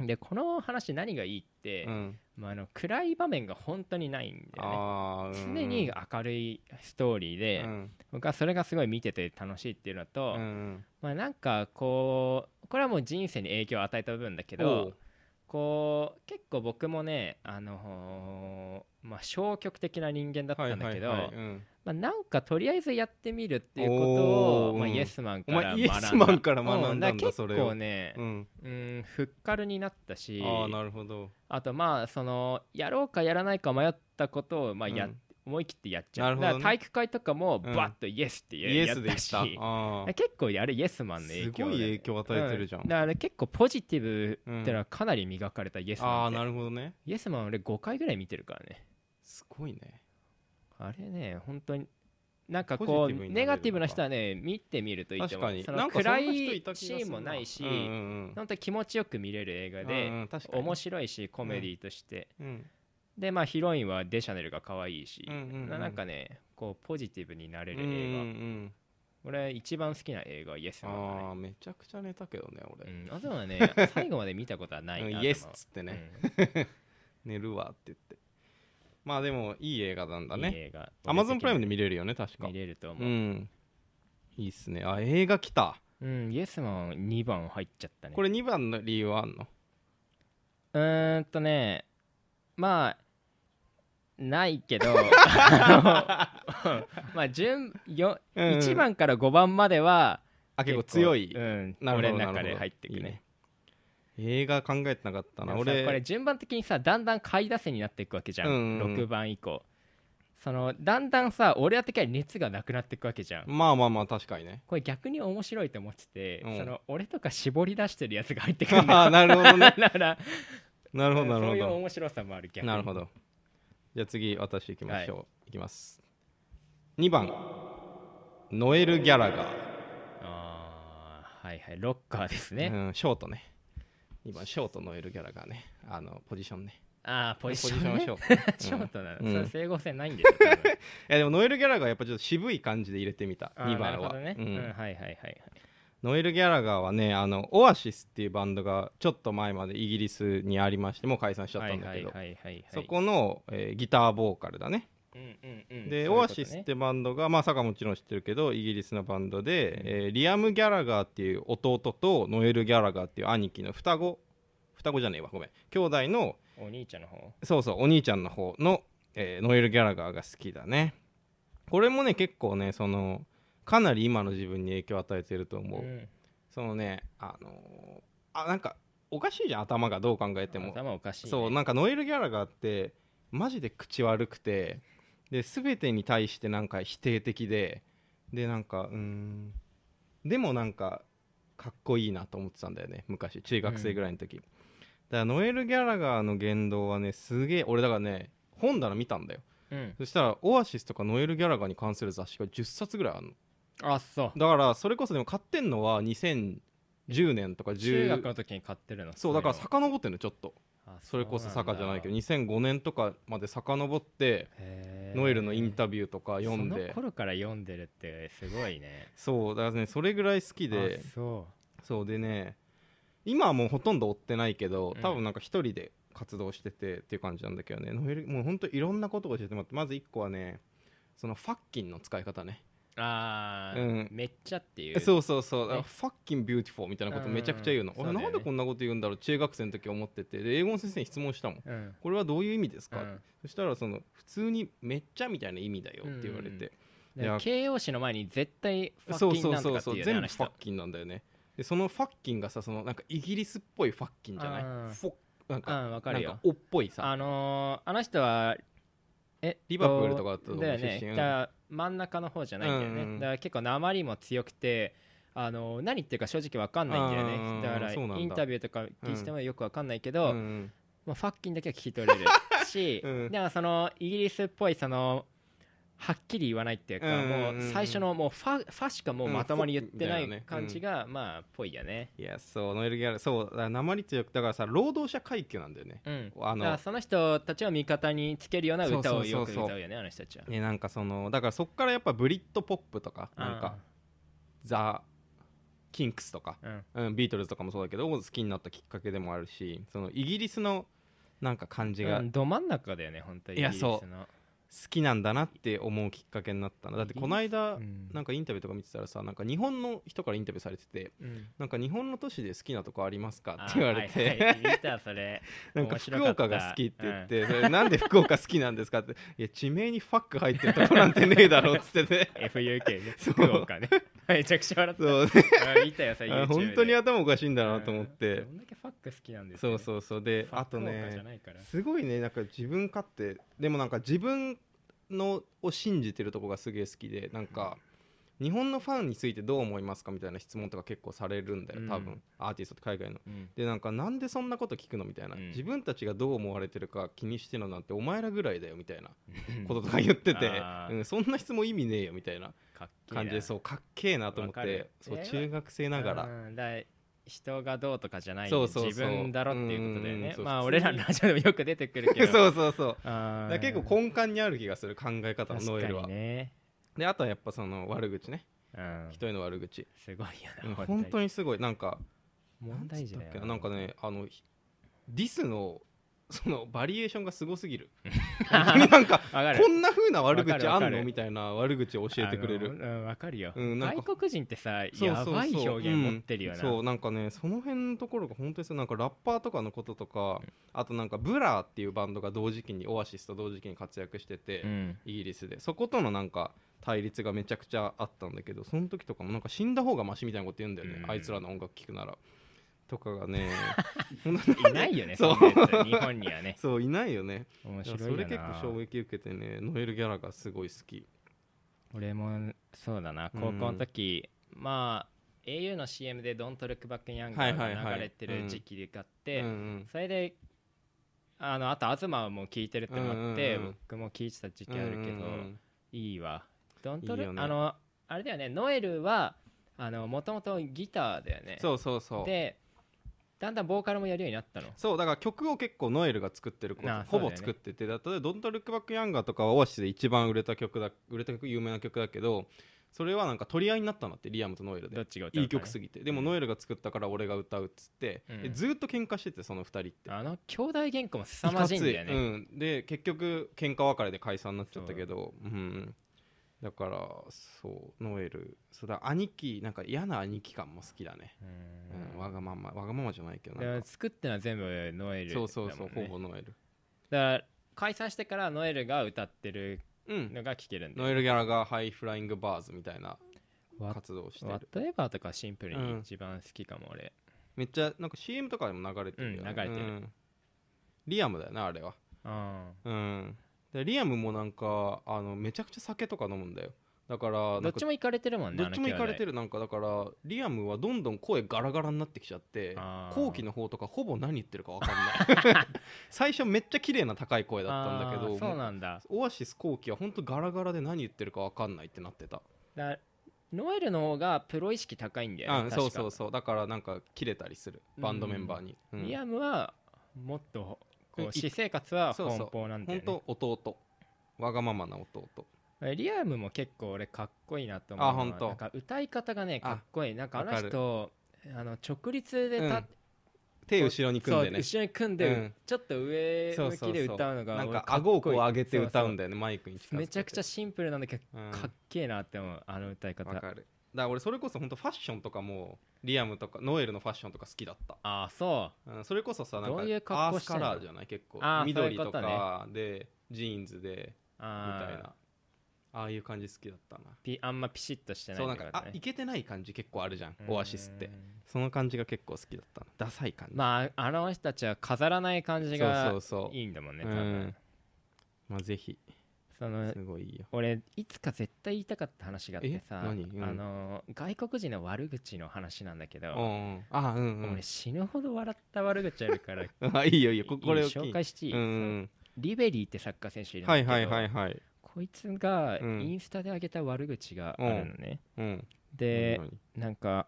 S2: うん
S1: でこの話何がいいって、
S2: うん
S1: まあ、あの暗い場面が本当にないんだよね
S2: あーうん
S1: 常に明るいストーリーで、
S2: うん
S1: 僕はそれがすごい見てて楽しいっていうのと、
S2: うんうん
S1: まあ、なんかこうこれはもう人生に影響を与えた部分だけど
S2: おう
S1: こう結構僕もねあのーまあ、消極的な人間だったんだけど、
S2: はいはいはいうん
S1: まあ、なんかとりあえずやってみるっていうこ
S2: お
S1: と
S2: ー
S1: を、まあ、
S2: うん
S1: イエスマン
S2: お
S1: から学ん
S2: 前イ
S1: だ
S2: エスマンから学んだんだ
S1: うから
S2: それ
S1: 結
S2: を
S1: 構ね
S2: うん
S1: うんふっかるになったし
S2: ああなるほど
S1: あとまあそのやろうかやらないか迷ったことをまあや、
S2: うん
S1: 思い切ってやっちゃう、
S2: なるほど
S1: だ
S2: ね
S1: から体育会とかも
S2: うん
S1: バッとイエスって
S2: イ
S1: や,、
S2: エスで
S1: やった
S2: した
S1: し
S2: あー
S1: 結構あれイエスマンの影
S2: す
S1: 響
S2: ごい
S1: だよ
S2: 影響与えてるじゃん
S1: うだから結構ポジティブってのはかなり磨かれたイエス
S2: あ
S1: マン
S2: あ
S1: って、
S2: なるほどね
S1: イエスマン俺5回ぐらい見てるからね
S2: すごいね
S1: あれね本当になんか
S2: ポ
S1: こ
S2: ジティブ
S1: う
S2: になれ
S1: ネ
S2: るのか
S1: ガティブな人はね見てみるといいと
S2: 確
S1: 思
S2: か
S1: う
S2: に
S1: そ
S2: な
S1: の
S2: んかそんな
S1: 暗
S2: 人
S1: い
S2: た気がす
S1: シ
S2: るな
S1: ーンもないし、
S2: うんうん
S1: 本当に気持ちよく見れる映
S2: う
S1: 画
S2: ん
S1: で、
S2: うんうん確かに
S1: 面白いしコメディとして、
S2: うん
S1: でまあヒロインはデシャネルが可愛いし、
S2: うんうんうん
S1: ななんかねこうポジティブになれ
S2: うん
S1: る
S2: うん
S1: 映画、
S2: うん
S1: 俺一番好きな映画はイエスマンだ
S2: あ
S1: ね
S2: あめちゃくちゃ寝たけどね俺
S1: うん、あとは ね最後まで見たことはないなと
S2: うん
S1: 思う
S2: イエスっつってね、
S1: うん
S2: 寝るわって言ってまあでもいい映画なんだ
S1: いい
S2: ね
S1: 映画
S2: アマゾンプライムで
S1: 見
S2: 見れるよね確か
S1: れると
S2: う
S1: 思う、
S2: んいいっすねあ映画来た
S1: うんイエスマン2番入っちゃったね
S2: これ2番の理由はあんの
S1: うーんとねまあないけ どあのまあ順よ、
S2: うんうん
S1: 1番から5番までは
S2: あ結構強い
S1: 結構うん、
S2: なるほど
S1: 俺の中
S2: なるほ
S1: で
S2: ど
S1: 入ってくね
S2: いい映画考えてなかった
S1: で
S2: な
S1: もさ
S2: 俺
S1: これ順番的にさだんだん買い出せになっていくわけじゃん、
S2: うんうんうん
S1: 6番以降そのだんだんさ俺ら的には熱がなくなっていくわけじゃん
S2: まあまあまあ確 かにね
S1: これ逆に面白いと思ってて、
S2: うん
S1: その俺とか絞り出してるやつが入ってくるんだ
S2: あーなるほ
S1: だ
S2: どね
S1: から
S2: なる
S1: そ
S2: ほどなる
S1: う
S2: ほ
S1: いう
S2: ど
S1: 面白さもある逆に
S2: なるほ
S1: ど
S2: どじゃあ次私行きましょう、い、きます2番ノエル・ギャラガー、
S1: あーはいはいロッカーですね、
S2: うん、ショートね2番ショートノエル・ギャラガーねあのポジションね
S1: ああポジションね
S2: ショート、
S1: ショートなの、
S2: うん
S1: それ整合性ないんですよ多分
S2: いやでもノエル・ギャラガーやっぱちょっと渋い感じで入れてみた
S1: あー
S2: 2
S1: なる
S2: 番
S1: ほ
S2: は、
S1: どね、
S2: う
S1: うんんはいはいはいはい
S2: ノエル・ギャラガーはねあのオアシスっていうバンドがちょっと前までイギリスにありましてもう解散しちゃったんだけど、
S1: はいはいはいはいはい
S2: そこの、えーギターボーカルだね
S1: うんうんうん
S2: で
S1: そういう
S2: オ
S1: こ
S2: ア
S1: と
S2: シスっ
S1: ね
S2: てバンドがまあ坂もちろん知ってるけどイギリスのバンドで、
S1: うん
S2: えーリアム・ギャラガーっていう弟とノエル・ギャラガーっていう兄貴の双子双子じゃねえわごめん兄弟の
S1: お兄ちゃんの方
S2: そうそうお兄ちゃんの方の、えーノエル・ギャラガーが好きだねこれもね結構ねそのかなり今の自分に影響を与えてると思う、
S1: ん
S2: そのねあのーあなんかおかしいじゃん頭がどう考えても
S1: 頭おかしいね、
S2: そうなんかノエル・ギャラガーってマジで口悪くてで全てに対してなんか否定的ででなんかうーんでもなんかかっこいいなと思ってたんだよね昔中学生ぐらいの時、だからノエル・ギャラガーの言動はねすげえ俺だからね本棚見たんだよ
S1: うん、
S2: そしたらオアシスとかノエル・ギャラガーに関する雑誌が10冊ぐらいあるの
S1: あそう
S2: だからそれこそでも買ってんのは2010年とか
S1: 中
S2: 10
S1: 学の時に買ってるの
S2: そうだから
S1: い
S2: 遡ってんのちょっと
S1: うのあ
S2: それこそ
S1: う
S2: 坂
S1: んだ
S2: じゃないけど2005年とかまで遡って
S1: へー
S2: ノエルのインタビューとか読ん
S1: そ
S2: で
S1: の頃から読んでるってすごいね
S2: そうだからねそれぐらい好きで
S1: あそ
S2: そうでね今はもうほとんど追ってないけど
S1: うん
S2: 多分なんか一人で活動しててっていう感じなんだけどねノエルもうほんといろんなことを教えてもらってまず1個はねそのファッキンの使い方ね
S1: うああ、
S2: うん
S1: めっちゃっていう
S2: そうそうそう、
S1: ね
S2: ファッキンビューティフォーみたいなことめちゃくちゃ言うの、
S1: うんうんうんそ
S2: 俺な
S1: うんだ
S2: で
S1: よね
S2: こんなこと言うんだろう中学生の時思っててで英語の先生に質問したもん
S1: う、うん
S2: これはどういう意味です
S1: う
S2: か、
S1: ん
S2: そしたらその普通にめっちゃみたいな意味だよって言われ
S1: うんうんうん
S2: て、
S1: で
S2: いや
S1: 形容詞の前に絶対ファ
S2: そ
S1: ッ
S2: う
S1: キン
S2: そう
S1: なんとか
S2: そう
S1: って
S2: そ
S1: いううよねあの
S2: 全部フ
S1: 人
S2: ァッキンなんだよねでそのファッキンがさそのなんかイギリスっぽいファッキンじゃない
S1: あ
S2: フ
S1: ー
S2: ォなんか
S1: うんわか
S2: なん
S1: るよ
S2: かおっぽいさ
S1: あのーあの人はえ
S2: リバプールとかだったと
S1: だ
S2: 思う
S1: よ
S2: 出身う
S1: ね
S2: ん
S1: だから真ん中の方じゃないんだよね、
S2: うんうん
S1: だから結構鉛も強くてあのー何言ってるか正直わかんないんだよ
S2: うんうんうん
S1: ねだから
S2: そうなんだ
S1: インタビューとか聞いてもよくわかんないけ
S2: う
S1: ど、
S2: ん
S1: まあ、ファッキンだけは聞き取れるし、
S2: うん
S1: でもそのイギリスっぽいそのはっきり言わないっていうか、
S2: うんうん
S1: も
S2: うん
S1: う最初のもうファファしかもうまともに言ってな
S2: うんフォッみたいなね
S1: い感じが、まあっぽいよね。
S2: いやそうノエル・ギャラそうだから鉛強くだからさ労働者階級なんだよね
S1: うん、
S2: あ
S1: だから
S2: の
S1: その人たちを味方につけるような歌
S2: そうそう
S1: を
S2: そうそう
S1: よく歌うよねあの人たちは。
S2: ねなんかそのだからそっからやっぱブリッドポップとかなんかザ・キンクスとか
S1: うん、うん
S2: うん、ビートルズとかもそうだけど好きになったきっかけでもあるしそのイギリスのなんか感じが
S1: うんど真ん中だよね本当に
S2: いや
S1: イギリスの
S2: そきなんだなって思うきっかけになったなだってこの間
S1: うん
S2: なんかインタビューとか見てたらさなんか日本の人からインタビューされてて
S1: うん
S2: なんか日本の都市で好きなとこありますか
S1: あ
S2: って言われて、
S1: はいはい見たそれ
S2: なんか
S1: 面白
S2: 福
S1: かった
S2: 岡が好きって言って、それなんで福岡好きなんですかっていや地名にファック入ってるとこなんてねえだろうっつっ てね
S1: FUK ね
S2: そう
S1: 福岡ねめちゃくちゃ笑った
S2: そう
S1: うん見たよそれ YouTube で
S2: 本当に頭おかしいんだなと思っ
S1: う
S2: て
S1: んどんだけファック好きなんですか
S2: そ
S1: ね
S2: うそうそうで
S1: ファッ
S2: あ
S1: ク
S2: と
S1: 効果じゃ
S2: ね
S1: ないから
S2: すごいねなんか自分勝手でもなんか自分のを信じてるとこがすげえ好きでなんか日本のファンについてどう思いますかみたいな質問とか結構されるんだよ多分、
S1: うん
S2: アーティストって海外の
S1: うん
S2: でなんかなんでそんなこと聞くのみたいな、
S1: うん
S2: 自分たちがどう思われてるか気にしてるのなんてお前らぐらいだよみたいなこととか言ってて、
S1: あ
S2: う
S1: ー
S2: ん、そんな質問意味ねえよみたいな
S1: かっけえな
S2: 感じでそうかっけえなと思っ
S1: わか
S2: て
S1: る
S2: そう
S1: えー
S2: 中学生ながら
S1: うんだい人がどうとかじゃない
S2: そうそうそう
S1: 自分だろっていうことだよ
S2: うんうんうん
S1: ね
S2: そう
S1: まあ
S2: 普
S1: 俺
S2: 通に
S1: らのラジオでもよく出てくるけど
S2: そうそうそうだ
S1: あ
S2: か
S1: ー
S2: ら結構根幹にある気がする考え方のノ
S1: 確
S2: エ
S1: か
S2: ルは、
S1: にね
S2: であとはやっぱその悪口ね
S1: うん
S2: 人への悪口、
S1: すごいよ
S2: うん
S1: な
S2: 本当
S1: に
S2: にすごいなんか
S1: 問題児だ
S2: なんつ
S1: よ
S2: ったっけななんかねあのひディスのそのバリエーションがすごすぎる
S1: わ
S2: なんか
S1: かる
S2: こんな風な悪
S1: わか
S2: 口
S1: るわ
S2: あ
S1: か
S2: ん
S1: る
S2: のみたいな悪口を教えてくれる
S1: あのうんわかるよ
S2: うんなんか
S1: 外国人ってさ
S2: そうそう
S1: や
S2: そう
S1: ばい表現持ってるよ
S2: うん
S1: な
S2: そうなんかねその辺のところが本当にそうなんかラッパーとかのこととかあとなんかブラーっていうバンドが同時期にオアシスと同時期に活躍してて、
S1: うん
S2: イギリスでそことのなんか対立がめちゃくちゃあったんだけどその時とかもなんか死んだ方がマシみたいなこと言うんだよね、
S1: うん
S2: あいつらの音楽聴くならとか がね本当に
S1: いない よね
S2: そ
S1: そうういうやつ日本にはね
S2: そういないよね
S1: 面
S2: そ
S1: 白いよな
S2: れ結構衝撃受けてねノエル・ギャラがすごい好き
S1: 俺もそうだな
S2: うん
S1: 高校の時、まあ au の CM で「Don't Look Back in Anger」
S2: はいはいは
S1: が
S2: い
S1: 流れてる時期があって、
S2: うんうん
S1: それであのあと東も聞いてるってのあって、
S2: うんうんうん
S1: 僕も聞いてた時期あるけど、
S2: うんうん
S1: いいわ「Don't
S2: いい
S1: Look
S2: よね
S1: あのあれだよねノエルはもともとギターだよね
S2: そうそうそう
S1: でだんだんボーカルもやるようになったの
S2: そうだから曲を結構ノエルが作ってること
S1: ああそう
S2: ほ
S1: だよ
S2: ぼ
S1: ね
S2: 作っててだって「ドントルックバックヤンガー」とかはオアシスで一番売れた曲だ売れた曲有名な曲だけどそれはなんか取り合いになったんだってリアムとノエル
S1: どっ
S2: で
S1: ちが歌うか、ね、
S2: いい曲すぎてでも
S1: うん
S2: ノエルが作ったから俺が歌うっつって、
S1: うん
S2: でずーっと喧嘩しててその2人って
S1: あの兄弟原稿も凄まじいんだよね、
S2: いかついうん、で結局喧嘩別れで解散になっちゃったけどうんだからそうノエルそうだ兄貴なんか嫌な兄貴感も好きだね、
S1: うん
S2: うん、わがままわがままじゃないけど
S1: で
S2: なん
S1: も
S2: か
S1: 作ってのは全部ノエルだもん、ね、
S2: そうそうそう、ほぼノエル
S1: だから解散してからノエルが歌ってる
S2: うん
S1: のが聴けるんで、
S2: ノエル・ギャラがハイフライング・バーズみたいな
S1: ワ
S2: 活動をして
S1: ワッ
S2: る
S1: トエバーとかシンプル
S2: うん
S1: に一番好きかも俺、
S2: めっちゃなんか CM とかでも流れてるよね、
S1: うん流れてる
S2: んリアムだよなあれは
S1: うん
S2: うんでリアムもなんかあのめちゃくちゃ酒とか飲むんだよだから
S1: ど
S2: なん
S1: っ
S2: か
S1: ちも行かれてるもんね
S2: どっちも行かれて
S1: る
S2: るなんかだからリアムはどんどん声ガラガラになってきちゃって
S1: あー
S2: 後期の方とかほぼ何言ってるか分かんない 最初めっちゃ綺麗な高い声だったんだけど
S1: そうなんだ
S2: オアシス後期は本当ガラガラで何言ってるか分かんないってなってた
S1: だからノエルの方がプロ意識高いんだよね、
S2: うん、
S1: 確
S2: そ
S1: か
S2: うそうそうだからなんか切れたりするバンドメンバーに、うん
S1: リアムはもっと
S2: う
S1: こ
S2: ん
S1: う私生活は
S2: そうそう
S1: 奔放なんだ
S2: ほ
S1: よ
S2: ん
S1: ね
S2: と弟わがままな弟
S1: リアムも結構俺かっこいいなと思うのは
S2: あほんと
S1: なんか歌い方がね
S2: あ
S1: かっこいいなんかあの
S2: わかる
S1: 人あの直立で立っ
S2: うん手後ろに組んでね
S1: そう後ろに組んで、
S2: うん
S1: ちょっと上
S2: そう
S1: 向
S2: そう
S1: きで
S2: そう
S1: 歌うのが
S2: なん
S1: 俺っ
S2: か
S1: こい
S2: 顎
S1: い
S2: をこう上げて歌うん
S1: そ
S2: だよねマイクに
S1: うそうめちゃくちゃ
S2: ゃ
S1: シンプルなんだけど、
S2: うん
S1: かっけえなって思うあの歌い方
S2: わかるだから俺それこそ本当ファッションとかもリアムとかノエルのファッションとか好きだった、
S1: ああそ
S2: うん、それこそさなんか
S1: どういう
S2: ア
S1: 格
S2: ー
S1: 好
S2: ス
S1: して
S2: カ
S1: んの
S2: ラーじゃない結構
S1: あー
S2: 緑
S1: そうい
S2: と
S1: うことね
S2: かでジーンズで
S1: う
S2: み
S1: あ
S2: たい
S1: ー
S2: なああいう感じ好きだったな
S1: ピあんまピシッとしてない
S2: そうなん
S1: って
S2: か
S1: こ
S2: あ
S1: とね
S2: いけてない感じ結構あるじゃんオアシスって
S1: うん
S2: その感じが結構好きだったなダサい感じ
S1: まああの人たちは飾らない感じが
S2: そうそうそう
S1: いいんだもんね
S2: う
S1: 多分
S2: んまあぜひ
S1: その
S2: すごいいいよ
S1: 俺いつか絶対言いたかった話があってさ、
S2: え何うん
S1: あの外国人の悪口の話なんだけ
S2: う
S1: ど、
S2: んうんあうんうん
S1: 俺死ぬほど笑った悪口あるから
S2: あいいよいいよ こ
S1: いい
S2: これを
S1: 紹介していい、
S2: うんうん
S1: リベリーってサッカー選手いるんだ
S2: は
S1: け
S2: い
S1: ど、
S2: はいはいはい
S1: こいつが
S2: うん
S1: インスタで上げた悪口があるのね、
S2: うん
S1: で
S2: 何
S1: なんか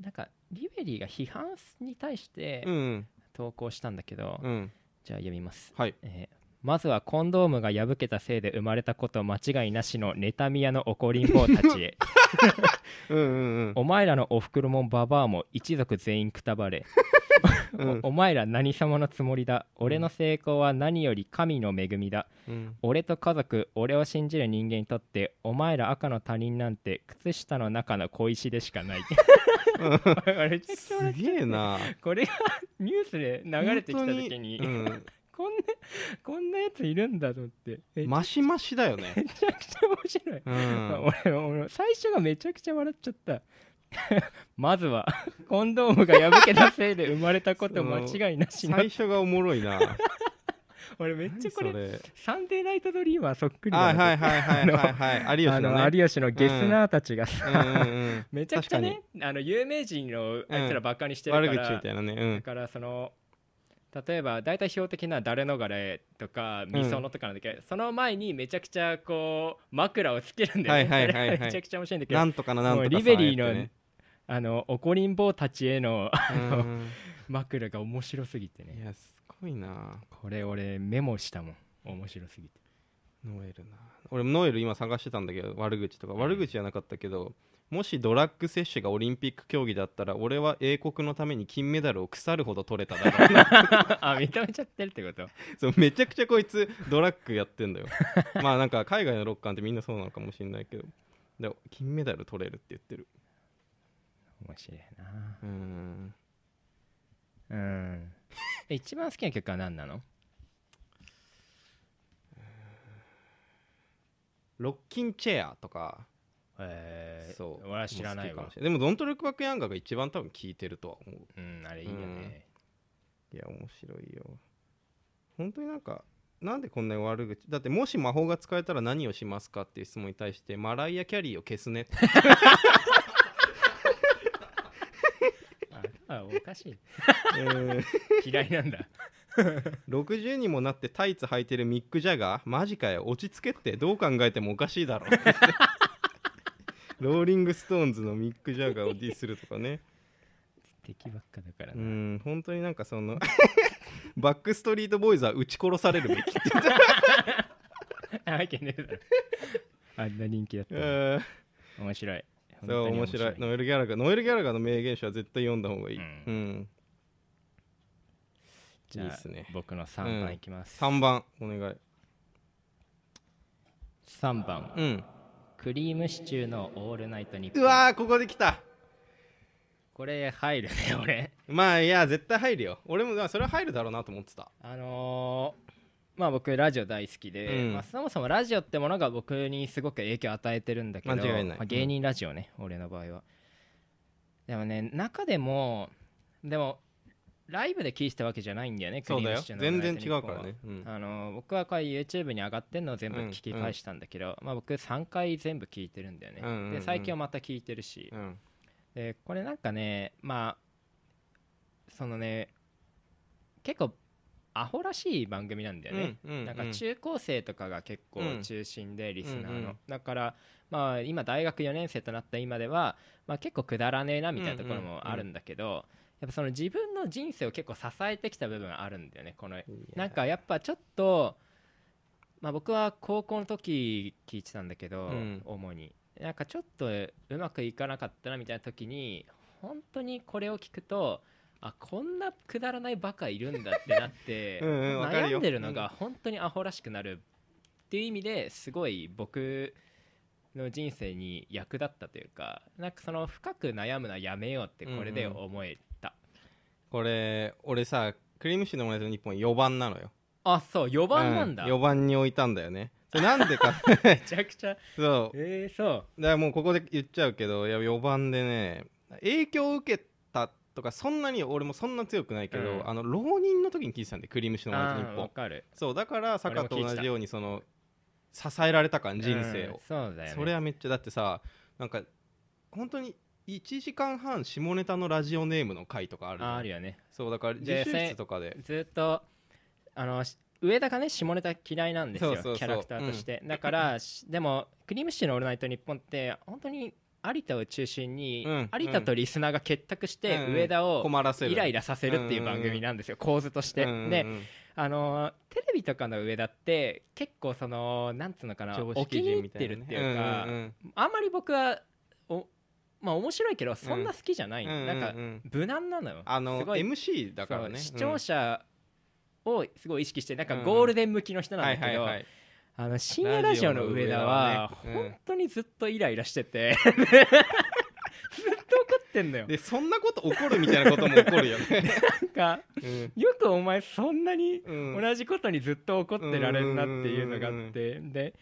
S1: なんかリベリーが批判に対して
S2: 々うん
S1: 投稿したんだけど、
S2: うん
S1: じゃあ読みます、
S2: はい
S1: えーまずは コンドームが破けたせいで生まれたこと間違いなしの妬み屋の怒りん坊たちへ
S2: うんうん
S1: お前らのおふくろもババアも一族全員くたばれ
S2: うんうん
S1: おお前ら何様のつもりだ俺の成功は何より神の恵みだ
S2: うん
S1: 俺と家族俺を信じる人間にとってお前ら赤の他人なんて靴下の中の小石でしかない俺めちゃくちゃ
S2: すげえな
S1: これがニュースで流れてきた時に
S2: 本当に
S1: こんなこんなやついるんだと思って
S2: う
S1: め
S2: ん
S1: ち
S2: マシマシだよ
S1: ゃ
S2: ね
S1: くちゃ面白い、
S2: う
S1: まあ
S2: ん
S1: 俺俺最初がめちゃくちゃ笑っちゃった まずはコンドームが破けたせいで生まれたこと間違いなしな
S2: 最初がおもろいな
S1: 俺めっちゃこれ
S2: 何それ
S1: 「サンデーナイトドリーマー」そっくり
S2: あ
S1: だ
S2: はいは
S1: ない
S2: はいはいはい有
S1: あ
S2: 吉
S1: の
S2: のね
S1: 有吉のゲスナーたちが
S2: う
S1: さ、
S2: んうん
S1: めちゃくちゃね
S2: 確
S1: あの有名人をあいつらバカにし
S2: う
S1: て
S2: ん
S1: るから、
S2: 悪口みたいなね
S1: だからその例えば大体標的な「誰逃れ」とか「みその」とかなんだけど、その前にめちゃくちゃこう枕をつけるんだよね、
S2: はいはいはい
S1: そ
S2: はい
S1: れがめちゃくちゃ面白いんだ
S2: うん
S1: けど
S2: なんとかななんと
S1: も
S2: か
S1: う
S2: さ
S1: リベリーの、
S2: やってね
S1: あの怒りん坊たちへの
S2: うん
S1: 枕が面白すぎて
S2: い
S1: ね
S2: やすごいな
S1: これ俺メモしたもん面白すぎて
S2: ノエルな俺もノエル今探してたんだけど悪口とか悪口じゃなかったけど、もしドラッグ摂取がオリンピック競技だったら俺は英国のために金メダルを腐るほど取れただろう な
S1: あ認めちゃってるってこと
S2: そうめちゃくちゃこいつドラッグやってんだよ まあなんか海外のロッカーってみんなそうなのかもしれないけどで金メダル取れるって言ってる
S1: 面白いな
S2: うーん
S1: うんえ一番好きな曲は何なの
S2: ロッキンチェアとか
S1: えー、
S2: そう
S1: 俺は知らない
S2: もう
S1: わ
S2: 好きかもしれでもドントルックバックヤンガーが一番多分聞いてるとは思う
S1: うんあれいいよね、
S2: いや面白いよ本当になんかなんでこんなに悪口だってもし魔法が使えたら何をしますかっていう質問に対してマライア・キャリーを消すねって
S1: ああおかしい
S2: うん
S1: 嫌いなんだ
S2: 60にもなってタイツ履いてるミック・ジャガーマジかよ落ち着けってどう考えてもおかしいだろローリング・ストーンズのミック・ジャガーをディスるとかね
S1: 敵ばっかだから
S2: う
S1: な、
S2: ん本当になんかそのバックストリート・ボーイズは撃ち殺されるべきって
S1: あわけねえだろあんな人気だった
S2: う
S1: のに
S2: ん
S1: 面白い
S2: そう面白いノエル・ギャラガーノエル・ギャラガーの名言集は絶対読んだ方がいい、
S1: う
S2: うんん
S1: じゃあ
S2: いいっすね
S1: 僕の3
S2: う
S1: 番
S2: ん
S1: いきます、
S2: 3番お願い
S1: 三3番
S2: うん
S1: クリームシチューのオールナイトニッポ
S2: う
S1: ン
S2: わーここで来た
S1: これ入るね俺
S2: まあいや絶対入るよ俺もまあそれは入るだろうなと思ってた
S1: あのーまあ僕ラジオ大好きで、
S2: うん
S1: まあ、そもそもラジオってものが僕にすごく影響を与えてるんだけど
S2: 間違いな
S1: ま
S2: い
S1: あ、芸人ラジオね、俺の場合はでもね中でもでもライブで聴いてたわけじゃないんだよね
S2: そうだよ
S1: クリームシチューの
S2: 全
S1: オール
S2: 然
S1: ナイト
S2: 違
S1: ニッ
S2: う
S1: ポ
S2: か
S1: ンは
S2: らね、うん、
S1: あの僕はこれ YouTube に上がってるのを全部
S2: うん
S1: 聞き返したんだけど、まあ、僕3回全部聞いてるんだよね、
S2: うんうんうん
S1: で最近はまた聞いてるし、
S2: うん
S1: でこれなんかねまあそのね結構アホらしい番組なんだよね、
S2: うんうん
S1: なんか中高生とかが結構中心でリスナーの、
S2: うんうん
S1: だからまあ今大学4年生となった今では、まあ、結構くだらねえなみたいなところもあるんだけど、やっぱその自分の人生を結構支えてきた部分があるんだよねこの
S2: いや
S1: なんかやっぱちょっと、まあ、僕は高校の時聞いてたんだけど、
S2: うん
S1: 主になんかちょっとうまくいかなかったなみたいな時に本当にこれを聞くとあこんなくだらないバカいるんだってなって
S2: うんうんわかる
S1: 悩
S2: よ
S1: んでるのが本当にアホらしくなるっていう意味ですごい僕の人生に役立ったというかなんかその深く悩むのはやめようってこれで思えた、
S2: これ俺さクリームシチューのオムライト日本4番なのよ
S1: あそう4番なんだ、
S2: う4番に置いたんだよねそれなんでか
S1: めちゃくちゃ
S2: そう
S1: えー、そう
S2: だからもうここで言っちゃうけどいや4番でね影響を受けたとかそんなに俺もそんな強くないけど、
S1: うん
S2: あの浪人の時に聞いてたんでクリームシの
S1: あ
S2: 同じ
S1: ー
S2: 日
S1: わ
S2: 本
S1: かる
S2: そうだから
S1: 俺
S2: 坂
S1: も
S2: と
S1: 聞いてた
S2: 同じようにその支えられた感じ人生
S1: うん
S2: を、
S1: そうだよね
S2: それはめっちゃだってさなんか本当に1時間半下ネタのラジオネームの回とかあるじゃん
S1: ああるよね
S2: そうだから
S1: で
S2: 自習室とかで
S1: ずっとあのし上田がね下ネタ嫌いなんですよ
S2: そうそうそう
S1: キャラクターとして、だから しでも「クリームシチューのオールナイトニッポン」って本当に有田を中心に、
S2: うん
S1: 有田とリスナーが結託して、
S2: うん
S1: 上田を
S2: 困らせる
S1: イライラさせるっていう番組なんですよ、構図として、
S2: うんうんうん
S1: であのーテレビとかの上田って結構そのなんつうのかな
S2: 常
S1: お気に
S2: 識人
S1: 入っ
S2: みた
S1: て
S2: いなね
S1: るっていうか、
S2: んんん
S1: あんまり僕はおまあ面白いけどそんな好きじゃない、
S2: うん
S1: なんか
S2: うんうん
S1: 無難なのよ
S2: あの
S1: すごい
S2: MC だから
S1: そ
S2: ね
S1: う視聴者をすごい意識してなんか
S2: うん
S1: ゴールデン向きの人
S2: うん
S1: な
S2: は
S1: ん
S2: い
S1: だ
S2: は
S1: け
S2: い
S1: ど、
S2: はい
S1: あの深夜ラジオの上田は
S2: ラジオの上田はねうん
S1: 本当にずっとイライラして てずっと怒ってんだよ
S2: でそんなこと起こるみたいなことも起こるよね、
S1: なんか
S2: うん
S1: よくお前そんなに
S2: うん
S1: 同じことにずっと怒ってられるなっていうのがあってで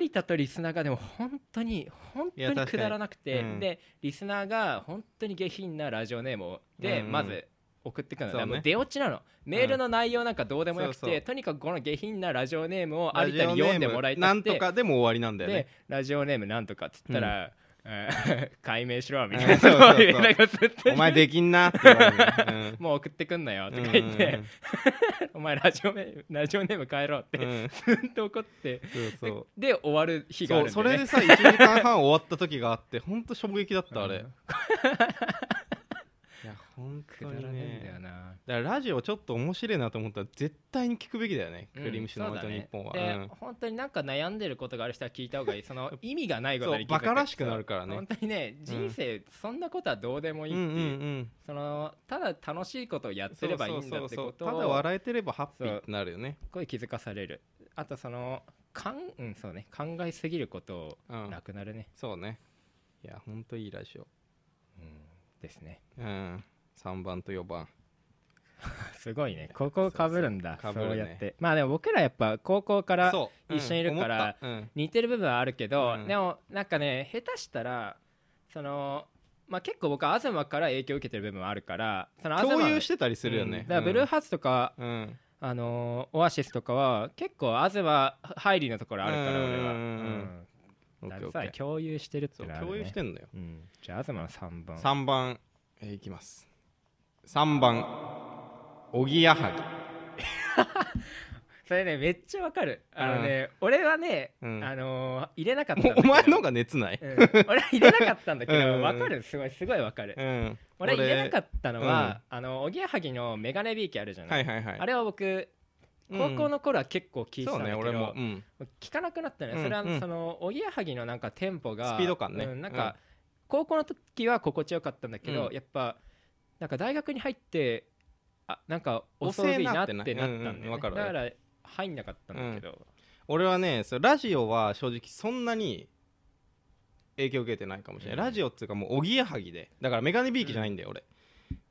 S1: 有田とリスナーがでも本当に本
S2: い
S1: 当
S2: や
S1: に
S2: 確か
S1: く
S2: に
S1: だらなくて、
S2: うん
S1: でリスナーが本当に下品なラジオネームをで、
S2: うんうん
S1: まず送ってくるの
S2: そう
S1: だか
S2: ね
S1: らもう出落ちなのメールの内容なんかどうでもよくて、
S2: そうそう
S1: とにかくこの下品なラジオネームを
S2: ラ
S1: 有
S2: ジ
S1: 田
S2: オ
S1: に
S2: ネーム
S1: 読んでもらいた
S2: な
S1: く
S2: ん
S1: て
S2: とかでも終わりなんだよ
S1: で
S2: ね
S1: ラジオネームなんとかっつったら、えー解明しろみたい
S2: うん
S1: な、
S2: そうそうそう
S1: 上田がずっと
S2: お前できんなって言われるね、
S1: もう送ってくんなよ
S2: う
S1: と
S2: ん
S1: か言って、お前ラジオネームラジオネーム変えろって、
S2: うんうんうん
S1: ずっと怒って
S2: そうそう
S1: で終わる日があ
S2: そ
S1: るん
S2: う
S1: で、ね、
S2: それでさ1時間半終わった時があってほんと衝撃だったあ
S1: う
S2: れ、
S1: ん
S2: いやほん
S1: く
S2: と
S1: だらね
S2: に
S1: えんだ
S2: ね
S1: よな、
S2: だからラジオちょっと面白いなと思ったら絶対に聞くべきだよね、クリームシの
S1: うん
S2: 本当に日本は、
S1: そうだね
S2: うん
S1: で本当になんか悩んでることがある人は聞いた方がいいその 意味がないことに気づく
S2: そう馬鹿らしくなるからね
S1: そう本当にね人生そんなことはどうでもいいってい
S2: うん
S1: う、
S2: うんうん
S1: そのただ楽しいことをやってればいいんだってこと
S2: ただ
S1: を
S2: 笑えてればハッピーってなるよね
S1: すっごい気づかされるあとそのかん、うんそうね、考えすぎること
S2: う
S1: を
S2: ん
S1: なくなるね、
S2: そうねいやほんといいラジオ
S1: うんですね
S2: うん3番と4番
S1: すごいねここをかぶるんだ
S2: そうそう
S1: そう
S2: 被るね
S1: やってまあでも僕らやっぱ高校から
S2: そう
S1: 一緒にいるから、
S2: うん思っ
S1: 似てる部分はあるけど、
S2: うん
S1: でもなんかね下手したらそのまあ結構僕は東から影響を受けてる部分はあるからその
S2: たうん
S1: 東
S2: 共有してたりするよね、
S1: うんだからブルーハーツとか、
S2: うん、うん
S1: あのーオアシスとかは結構東入りのところあるから
S2: うん
S1: 俺は、
S2: オ
S1: うん、
S2: ッ
S1: だから
S2: ケーオッケ
S1: さ
S2: ー
S1: 共有してるって
S2: そう
S1: のはある、ね、
S2: 共有してんのよ
S1: うん、じゃあ東の3番
S2: 3番、えーいきます3番おぎやは
S1: それねめっちゃわかるあのね、俺はね、
S2: うん
S1: あのー入 れなかったん
S2: ぎ
S1: だけど
S2: おお前の方が熱ない
S1: うん俺は入れなかったんだけ
S2: うんうんう
S1: ど
S2: ん
S1: わかるすごいすごいわかる
S2: うん
S1: 俺入れなかったの
S2: 俺
S1: は、あのおぎやはぎのメガネビーキあるじゃない、
S2: はいはいはい
S1: あれは僕
S2: うん
S1: 高校の頃は結構聞いてた
S2: そ
S1: ん
S2: う
S1: だけ
S2: ね
S1: ど、
S2: 俺も、うん、
S1: 聞かなくなったね、
S2: うん
S1: それは
S2: うん
S1: そのおぎやはぎのなんかテンポが
S2: スピード感ね
S1: うんなんか、高校の時は心地よかったんだけど、
S2: うん
S1: やっぱなんか大学に入ってあなんか遅いなってなったんだよ、ね
S2: 遅えなってなうんうんわかる
S1: だから入んなかったんだけど、
S2: 俺はねそうラジオは正直そんなに影響受けてないかもしれない、
S1: うん
S2: ラジオっつうかもうおぎやはぎでだからメガネビーキじゃないんだよ、俺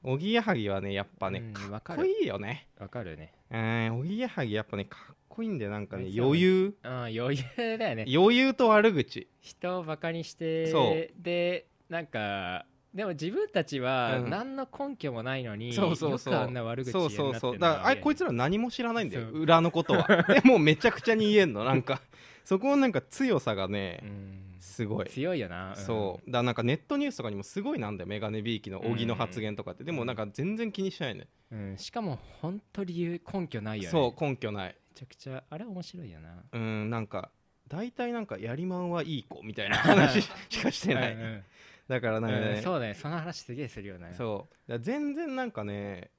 S2: おぎやはぎはねやっぱ
S1: う
S2: ね
S1: ん、
S2: か
S1: わ
S2: っ
S1: か
S2: こ
S1: る
S2: いいよね
S1: わかるね
S2: うんおぎやはぎやっぱねかっこいいんでなんかね
S1: そうね
S2: 余裕
S1: うん余裕だよね
S2: 余裕と悪口
S1: 人をバカにして
S2: そう
S1: でなんかでも自分たちは
S2: うん
S1: 何の根拠もないのに、
S2: そうそうそう
S1: よくあんな悪口
S2: そうそうそうだからあれこいつら何も知らないんだよ
S1: そう
S2: 裏のことは でもうめちゃくちゃに言えんのなんかそこのなんか強さがね、
S1: うん
S2: すごい
S1: 強いよな、
S2: そうだからなんかネットニュースとかにもすごいなんだよメガネビーキの小木の発言とかって、でもなんか全然気にしないね、
S1: うん、うんしかも本当理由根拠ないよね
S2: そう根拠ない
S1: めちゃくちゃあれ面白いよな
S2: うんなんか大体なんかやりまんはいい子み たいな話しかしてない、
S1: うんうん
S2: だからなんかね、
S1: うん
S2: そう
S1: そうだねその話すげえするよねう
S2: だから全然なんかね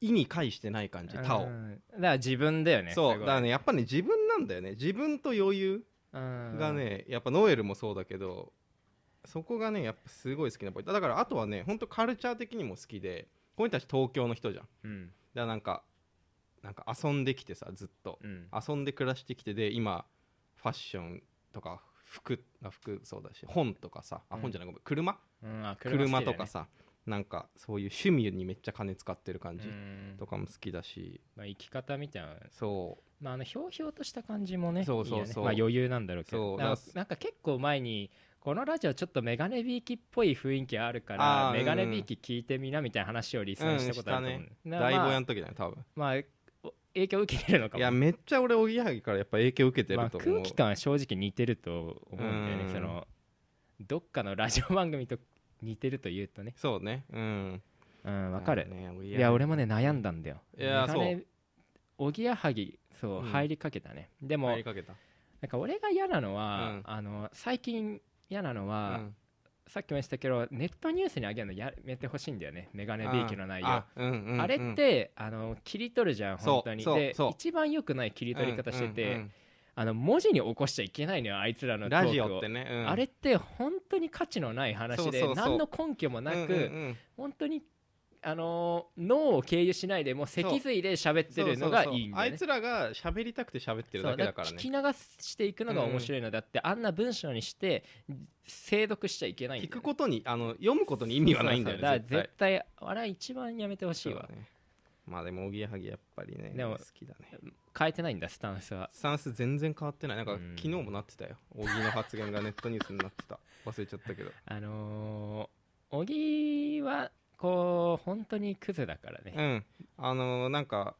S2: 意に介してない感じ他を、
S1: んだから自分だよね
S2: そ
S1: す
S2: うだ
S1: ごい
S2: からねやっぱね自分なんだよね自分と余裕
S1: うん
S2: がね、やっぱノエルもそうだけどそこがねやっぱすごい好きなポイントだからあとはねほんとカルチャー的にも好きでこの人たち東京の人じゃん
S1: うん
S2: だからなんかなんか遊んできてさずっと
S1: うん
S2: 遊んで暮らしてきてで今ファッションとか服あ服そうだし本とかさあ
S1: うん
S2: 本じゃないごめん車
S1: うんあ
S2: 車,、
S1: 車好きだよ
S2: と
S1: ね
S2: かさなんかそういう趣味にめっちゃ金使ってる
S1: う
S2: 感じ
S1: ん
S2: とかも好きだし、
S1: まあ生き方みたいな
S2: そう
S1: まあ、あのひょうひょうとした感じもね
S2: そうそ
S1: いい
S2: うそう
S1: よねまあ、余裕なんだろうけ
S2: そ
S1: ど
S2: う
S1: なんか
S2: だから
S1: なんか結構前にこのラジオちょっとメガネビーキっぽい雰囲気あるか
S2: あ
S1: ら
S2: ー
S1: メガネビーキ聞いてみなみたいな話をリスナーしたことあると思う、だから
S2: 大
S1: まあ
S2: 坊やの時だよ多分
S1: まあお影響受けてるのかも
S2: いやめっちゃ俺おぎやはぎからやっぱ影響受けて
S1: ま
S2: る
S1: あ、
S2: と思う、
S1: 空気感は正直似てると思うんだよね、
S2: うん
S1: そのどっかのラジオ番組と似てると言うとね
S2: そうねうん
S1: うんわかる、
S2: だねおぎ
S1: い
S2: やはぎ
S1: や俺もね悩んだんだよ
S2: いや
S1: メガネおぎやはぎそう、
S2: うん
S1: 入りかけたねでも
S2: 入りかけた
S1: なんか俺が嫌なのは、
S2: うん
S1: あの最近嫌なのは、
S2: うん
S1: さっきも言ったけどネットニュースに上げるのやめてほしいんだよねメガネビーキの内容あ,、
S2: あ,、うんうんうん
S1: れって、あの切り取るじゃん
S2: そう
S1: 本当に
S2: そう
S1: で
S2: そう
S1: 一番良くない切り取り方してて、
S2: うんうんうん
S1: あの文字に起こしちゃいけないのよあいつらのトーク
S2: ラ
S1: を
S2: ジオってね、うん
S1: あれって本当に価値のない話で
S2: そうそうそう
S1: 何の根拠もな
S2: うん
S1: く、
S2: うん
S1: 本当にあのー脳を経由しないでもう脊髄で喋っ
S2: そ
S1: て
S2: う
S1: るのがいいんだ
S2: あ
S1: よね
S2: いつらが喋りたくて喋ってる
S1: そ
S2: だ
S1: う
S2: け
S1: だ
S2: だ
S1: か
S2: からら
S1: 聞
S2: ね
S1: き流していくのが面白いのであって、あんな文章にして精読しちゃいけないんだ
S2: 聞
S1: よね
S2: くことにあの読むことに意味はないんだよね
S1: そうそう
S2: 絶
S1: から
S2: 対
S1: 絶対あれは一番やめてほしい
S2: そう
S1: わ
S2: だねまあでもおぎやはぎやっぱりね
S1: でも
S2: 好きだね
S1: 変えてないんだスタンスは
S2: スタンス全然変わってないなんか
S1: うん
S2: 昨日もなってたよ小木の発言がネットニュースになってた忘れちゃったけど
S1: あのー、小木はこう本当にクズだからね、
S2: うんあのーなんか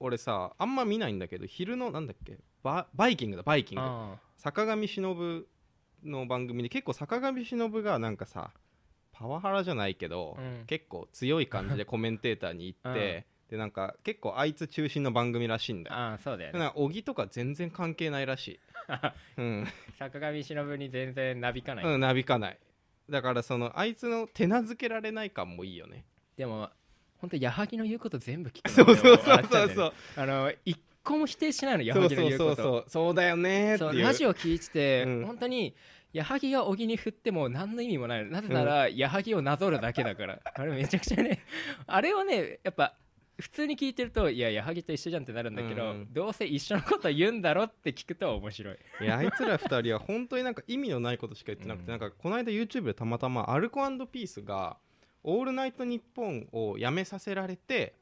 S2: 俺さあんま見ないんだけど昼のなんだっけババイキングだバイキング
S1: あ
S2: 坂上忍の番組で結構坂上忍がなんかさパワハラじゃないけど、
S1: うん
S2: 結構強い感じでコメンテーターに行 って、でなんか結構あいつ中心の番組らしいん
S1: ー
S2: だよ
S1: あーそうだよね
S2: なんか小木とか全然関係ない らしい、うん
S1: 坂上忍に全然なびかない、
S2: うん、なびかないだからそのあいつの手なずけられない感もいいよね
S1: でも本当矢作の言うこと全部聞く
S2: そうそうそう
S1: あっちゃ
S2: そ
S1: んだ
S2: うそ
S1: よね
S2: う
S1: あの一個も否定しないの矢
S2: そう
S1: 作の
S2: そう
S1: 言う
S2: そ
S1: こ
S2: うそ
S1: と
S2: うそうだよねーって
S1: そう
S2: いう
S1: ラジオ聞いてて、
S2: うん
S1: 本当に矢作が小木に振っても何の意味もないのなぜなら矢作をなぞるだけだからあれめちゃくちゃねあれをねやっぱ普通に聞いてるといや矢作と一緒じゃんってなるんだけど、
S2: うんうん
S1: どうせ一緒のこと言うんだろって聞くと面白い
S2: いやあいつら二人は本当になんか意味のないことしか言ってなくて、
S1: うん
S2: なんかこの間 YouTube でたまたまアルコピースが「オールナイトニッポン」をやめさせられて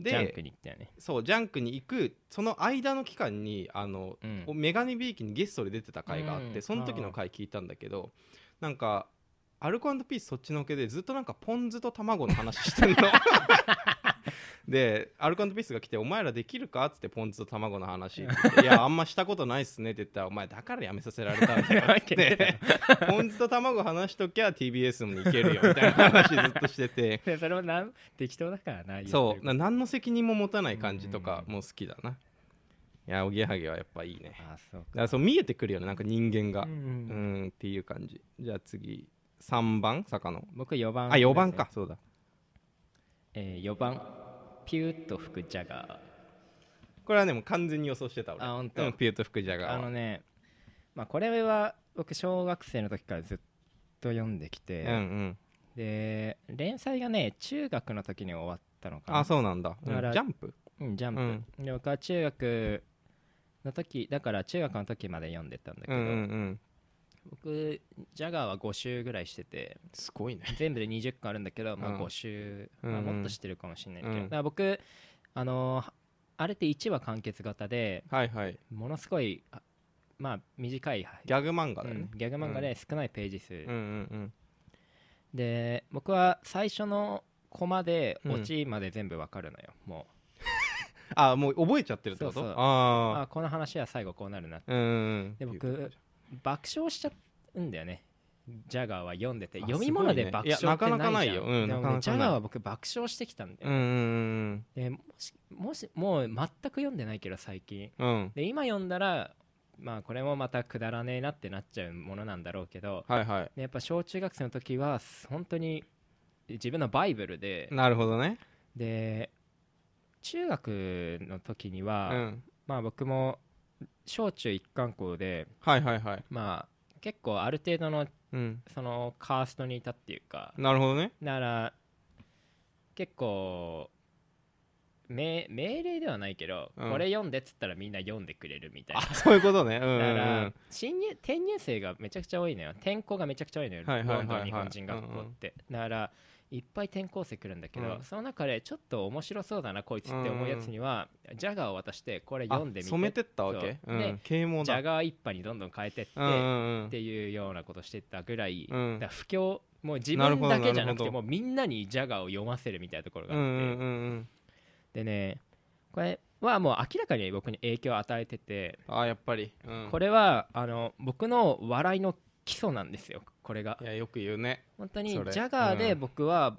S1: ジャンク
S2: で
S1: に行ったよね
S2: そうジャンクに行くその間の期間にあの、
S1: うん
S2: メガネビーキにゲストで出てた回があって、
S1: うん
S2: その時の回聞いたんだけどなんかアルコピースそっちのけでずっとなんかポン酢と卵の話して んの。でアルコピースが来て「お前らできるか?」っつってポン酢と卵 の話って言っていやあんましたことないっすね」って言ったら「お前だからやめさせられたんだよ」 っつ
S1: や
S2: っ
S1: めて
S2: て「ポン酢と卵話しときゃ TBS もいけるよ」みたいな話ずっとし てて
S1: でそれもなん適当だからな言ってるこ
S2: そ
S1: と
S2: うな何の責任も持たない感じとか
S1: うん
S2: もう好きだな、いやおぎやはぎはやっぱいいねだか
S1: あそう
S2: らそう見えてくるよねなんか人間
S1: か、
S2: が
S1: うん
S2: うん
S1: うん
S2: っていう感じじゃあ次3番坂野
S1: 僕4番
S2: あ4番
S1: ですね
S2: かそうだ
S1: えー、4番ピューッと吹くジャガ
S2: これはねもう完全に予想してた俺
S1: あほんと
S2: うんピュート福ジ
S1: ー
S2: ャ
S1: あ
S2: ガー
S1: の
S2: は
S1: ねまあこれは僕小学生の時からずっと読んできて、
S2: うんうん
S1: で連載がね中学の時に終わったのかな
S2: あそうなんだ、うん
S1: だから
S2: ジャンプ
S1: うんジャンプ、で僕は中学の時だから中学の時まで読んでたんだけ
S2: うん
S1: ど、
S2: うんうん
S1: 僕ジャガーは5週ぐらいしてて
S2: すごいね
S1: 全部で20巻あるんだけど、まあ、
S2: うん
S1: 5週、
S2: うん
S1: まあ、もっとしてるかもしれないけど、
S2: うん
S1: だから僕あのーあれって1話完結型で
S2: はいはい
S1: ものすごいあまあ短い
S2: ギャグ漫画だ
S1: う
S2: よね
S1: ん、ギャグ漫画で少ないページ数、
S2: うんうん
S1: で僕は最初のコマでオチまで全部わかるのよ、も
S2: うんあもう覚えちゃってるってこと
S1: そうそうう
S2: あ
S1: あこの話は最後こうなるな
S2: あうんうん
S1: で
S2: うん
S1: 僕爆笑しちゃうんだよねジャガーは読んでて
S2: あ
S1: 読み物で
S2: すごい
S1: 爆
S2: ね
S1: 笑ってないじゃん
S2: いやなかなかないようん
S1: でもね
S2: なかなかない
S1: ジャガーは僕爆笑してきたんだ
S2: う
S1: よ、
S2: んうん
S1: でもしもしもう全く読んでないけど最近
S2: うんうん
S1: で今読んだらまあこれもまたくだらねえなってなっちゃうものなんだろうけど、
S2: はいはい
S1: ねやっぱ小中学生の時は本当に自分のバイブルで
S2: なるほどね
S1: で中学の時に
S2: う
S1: は、
S2: ん
S1: まあ僕も小中一貫校で
S2: はいはいはい
S1: まあ結構ある程度の
S2: うん
S1: そのカーストにいたっていうか
S2: なるほど ね
S1: なら結構命命令ではないけど、
S2: うん
S1: これ読んでっつったらみんな読んでくれるみたいな
S2: あそういうことねうんうん
S1: だか
S2: うん
S1: ら新入転入生がめちゃくちゃ多いのよ転校がめちゃくちゃ多いのよ
S2: はいはいはいは
S1: ロ
S2: い
S1: ンドン日本人学校ってだからいっぱい転校生来るんだけど、
S2: うん
S1: その中でちょっと面白そうだなこいつって思うやつには、ジャガーを渡してこれ読んでみ
S2: あ染めてったわけ
S1: そううんで
S2: 啓蒙
S1: ジ
S2: だ
S1: ャガー一派にどんどん変えてって、
S2: うんうんう
S1: っ
S2: ん
S1: ていうようなことしてたぐらい、
S2: うん
S1: だから不況もう自
S2: なる
S1: 分
S2: ほ
S1: だ
S2: ど
S1: けじゃなく
S2: なる
S1: て
S2: ほど
S1: もうみんなにジャガーを読ませるみたいなところが
S2: う
S1: あって、
S2: んうんうんうん
S1: でねこれはもう明らかに僕に影響を与えてて、
S2: あやっぱりうん
S1: これはあの僕の笑いの基礎なんですよこれが
S2: いやよく言うね
S1: 本当にジ
S2: それ
S1: ャガーで
S2: うん
S1: 僕は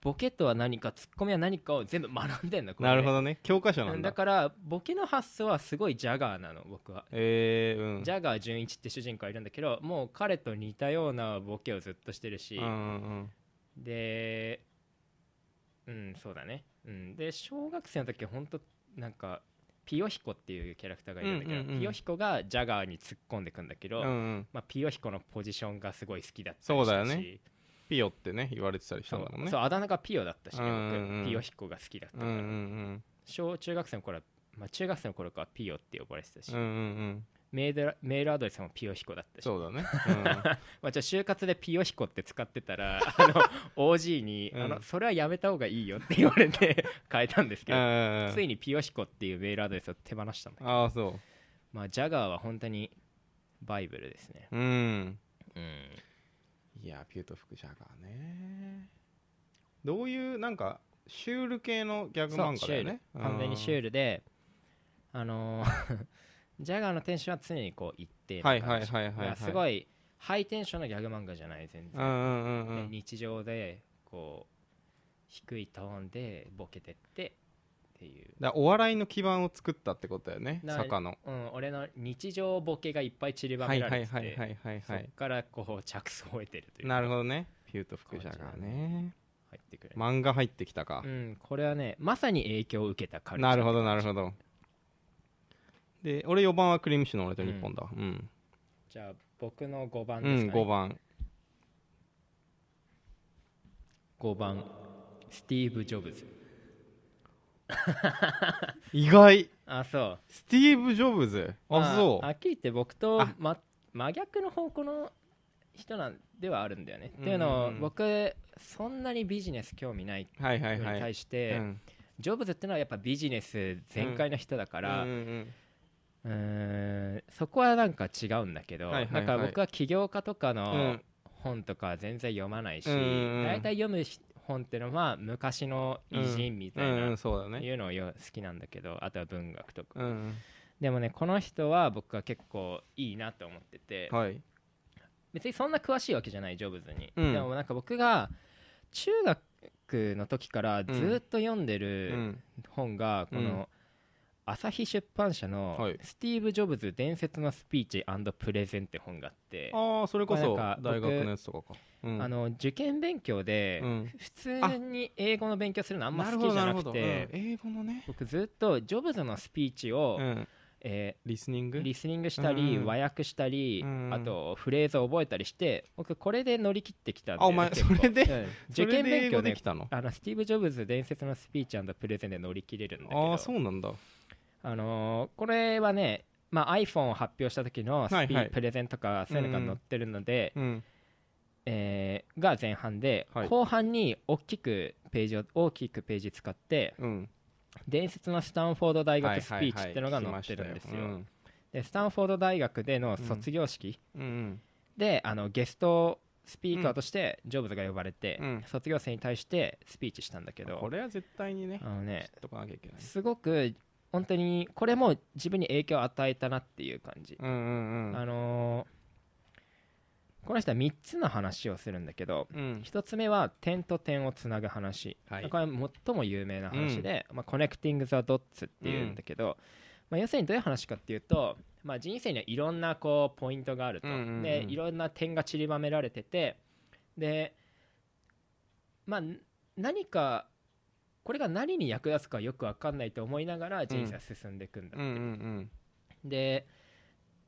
S1: ボケとは何かツッコミは何かを全部学んでんのこれ
S2: な
S1: で
S2: るほどね教科書な
S1: うんん
S2: だ
S1: だからボケの発想はすごいジャガーなの僕は、
S2: えーうん
S1: ジャガー純一って主人公いるんだけどもう彼と似たようなボケをずっとしてるし、
S2: うんうん
S1: でうんそうだね、うん、で小学生の時は本当なんかピヨヒコっていうキャラクターがいるんだけど、
S2: うんうんうん
S1: ピヨヒコがジャガーに突っ込んでくんだけど、
S2: うんうん、
S1: まあ、ピヨヒコのポジションがすごい好きだったりしたし
S2: そうだよねピヨってね言われてたりしたからね
S1: そうあだ名がピヨだったしね、僕
S2: うんうんうん
S1: ピヨヒコが好きだった
S2: うんう
S1: か
S2: ん
S1: ら、
S2: うん
S1: 小中学生の頃は、まあ、中学生の頃からピヨって呼ばれてたし、
S2: うんうんうん
S1: メールアメールアドレスもピヨヒコだったし、
S2: そう だね、
S1: まあ、じゃあ就活でピヨヒコって使ってたら あの OG に、
S2: うん
S1: あの「それはやめた方がいいよ」って言われて 変えたんですけ
S2: うん、
S1: ど、
S2: あ
S1: ついにピヨヒコっていうメールアドレスを手放したんだけど、
S2: あーそ
S1: まあ、ジャガーは本当にバイブルですね、
S2: ううん
S1: うん、
S2: いやピュート副社がねどういうなんかシュール系のギャグ漫画だよね
S1: そうシュール完全にシュー
S2: ル
S1: ルであのー ジャガーのテンションは常にこう一定な
S2: は
S1: 感
S2: い
S1: じ
S2: はいはいはいはい
S1: だからすごいハイテンションのギャグ漫画じゃない全
S2: う
S1: 然、
S2: んうんうんう
S1: で
S2: ん
S1: 日常でこう低いトーンでボケてってっていう、
S2: だからお笑いの基盤を作ったってことだよね
S1: な
S2: 坂の
S1: うん、俺の日常ボケがいっぱい散りば
S2: は
S1: め
S2: い
S1: ら
S2: は
S1: れ
S2: い
S1: てて、
S2: はいはいはいは
S1: そっ
S2: い
S1: からこう着想を得てるというか
S2: なるほどねピュート副社が
S1: 感じだ
S2: ね
S1: 入ってくる、
S2: 漫画入ってきたか
S1: うん、これはねまさに影響を受けたカルチャー
S2: なるほどなる
S1: ど
S2: ほどで俺4番はクリームシュの俺と日本だわうん
S1: じゃあ僕の5番
S2: う
S1: です
S2: ん
S1: か、ね
S2: 5番
S1: 5番スティーブ・ジョブズ
S2: 意外
S1: あそう
S2: スティーブ・ジョブズ
S1: ま
S2: あそ
S1: はっきり言って僕と
S2: あ、
S1: ま、真逆の方向の人なんではあるんだよね
S2: うん
S1: っていうのを僕そんなにビジネス興味ないう
S2: はいは
S1: 人
S2: い
S1: に
S2: はい
S1: 対して、
S2: うん
S1: ジョブズってのはやっぱビジネス全開の人だから、う
S2: う
S1: んん
S2: うん
S1: んそこはなんか違うんだけど、
S2: はいはいはい
S1: だから僕は起業家とか
S2: う
S1: の
S2: ん
S1: 本とかは全然読まないし、
S2: うんうんうん
S1: 大体読む本っていうのは昔の偉人みたい
S2: うんう、
S1: なん
S2: そうだね
S1: いうのをよ好きなんだけどあとは文学とか。
S2: うん
S1: でもねこの人は僕は結構いいなと思ってて、
S2: はい
S1: 別にそんな詳しいわけじゃないジョブズに、
S2: うん
S1: でもなんか僕が中学の時からずっと読んで
S2: う
S1: る
S2: ん
S1: 本がこ
S2: うん
S1: の朝日出版社の
S2: はい
S1: 「スティーブ・ジョブズ伝説のスピーチプレゼン」って本があって、
S2: ああそれこ
S1: こ
S2: そ
S1: れなんか
S2: 大
S1: 僕
S2: 学のやつとかかうん
S1: あの受験勉強で
S2: うん
S1: 普通に英語の勉強するのあんま好きじゃなくて
S2: うん英語のね
S1: 僕ずっとジョブズのスピーチを、
S2: うん
S1: えー
S2: リスニング
S1: リスニングしたり、
S2: うん
S1: 和訳したり、
S2: うん
S1: あとフレーズを覚えたりして僕これで乗り切ってきたんで
S2: あお前
S1: 結構
S2: それで
S1: うん
S2: そ
S1: 受
S2: れ
S1: 験
S2: で英
S1: 勉強
S2: 語で
S1: で
S2: きたの
S1: あのスティーブ・ジョブズ伝説のスピーチプレゼンで乗り切れるんだけ
S2: あ
S1: ど
S2: あそうなんだ
S1: あのーこれはね、まあ、iPhone を発表した時のスピ
S2: はいはい
S1: プレゼンとかそういうのが載ってるので、
S2: うん
S1: えーが前半で、
S2: はい
S1: 後半に大きくページを大きくページ使って
S2: うん
S1: 伝説のスタンフォード大
S2: は
S1: 学
S2: い
S1: スピ
S2: はい
S1: ーチってのが載ってるんですよ,、
S2: はい聞きまし
S1: でスタンフォード大学での卒業式、
S2: たようんうん
S1: であのゲストスピーカーとしてジョブズが呼ばれて、
S2: うん
S1: 卒業生に対してスピーチしたんだけ
S2: うん
S1: ど
S2: これは絶対にね
S1: あの
S2: 知
S1: ね
S2: っとかなきゃいけない
S1: すごく本当にこれも自分に影響を与えたなっていう感じ、
S2: うんうんう
S1: あ
S2: ん
S1: のーこの人は3つの話をするんだけど
S2: うん
S1: 1つ目は点と点をつなぐ話、
S2: はい
S1: これは最も有名な話で、まあ、コネクティング・ザ・ドッツっていうんだけど、まあ、要するにどういう話かっていうと、まあ、人生にはいろんなこうポイントがあると、
S2: うんうんうん
S1: でいろんな点が散りばめられててで、まあ、ん何かこれが何に役立つかよく分かんないと思いながら人生は進んでいくんだ
S2: うんうん
S1: で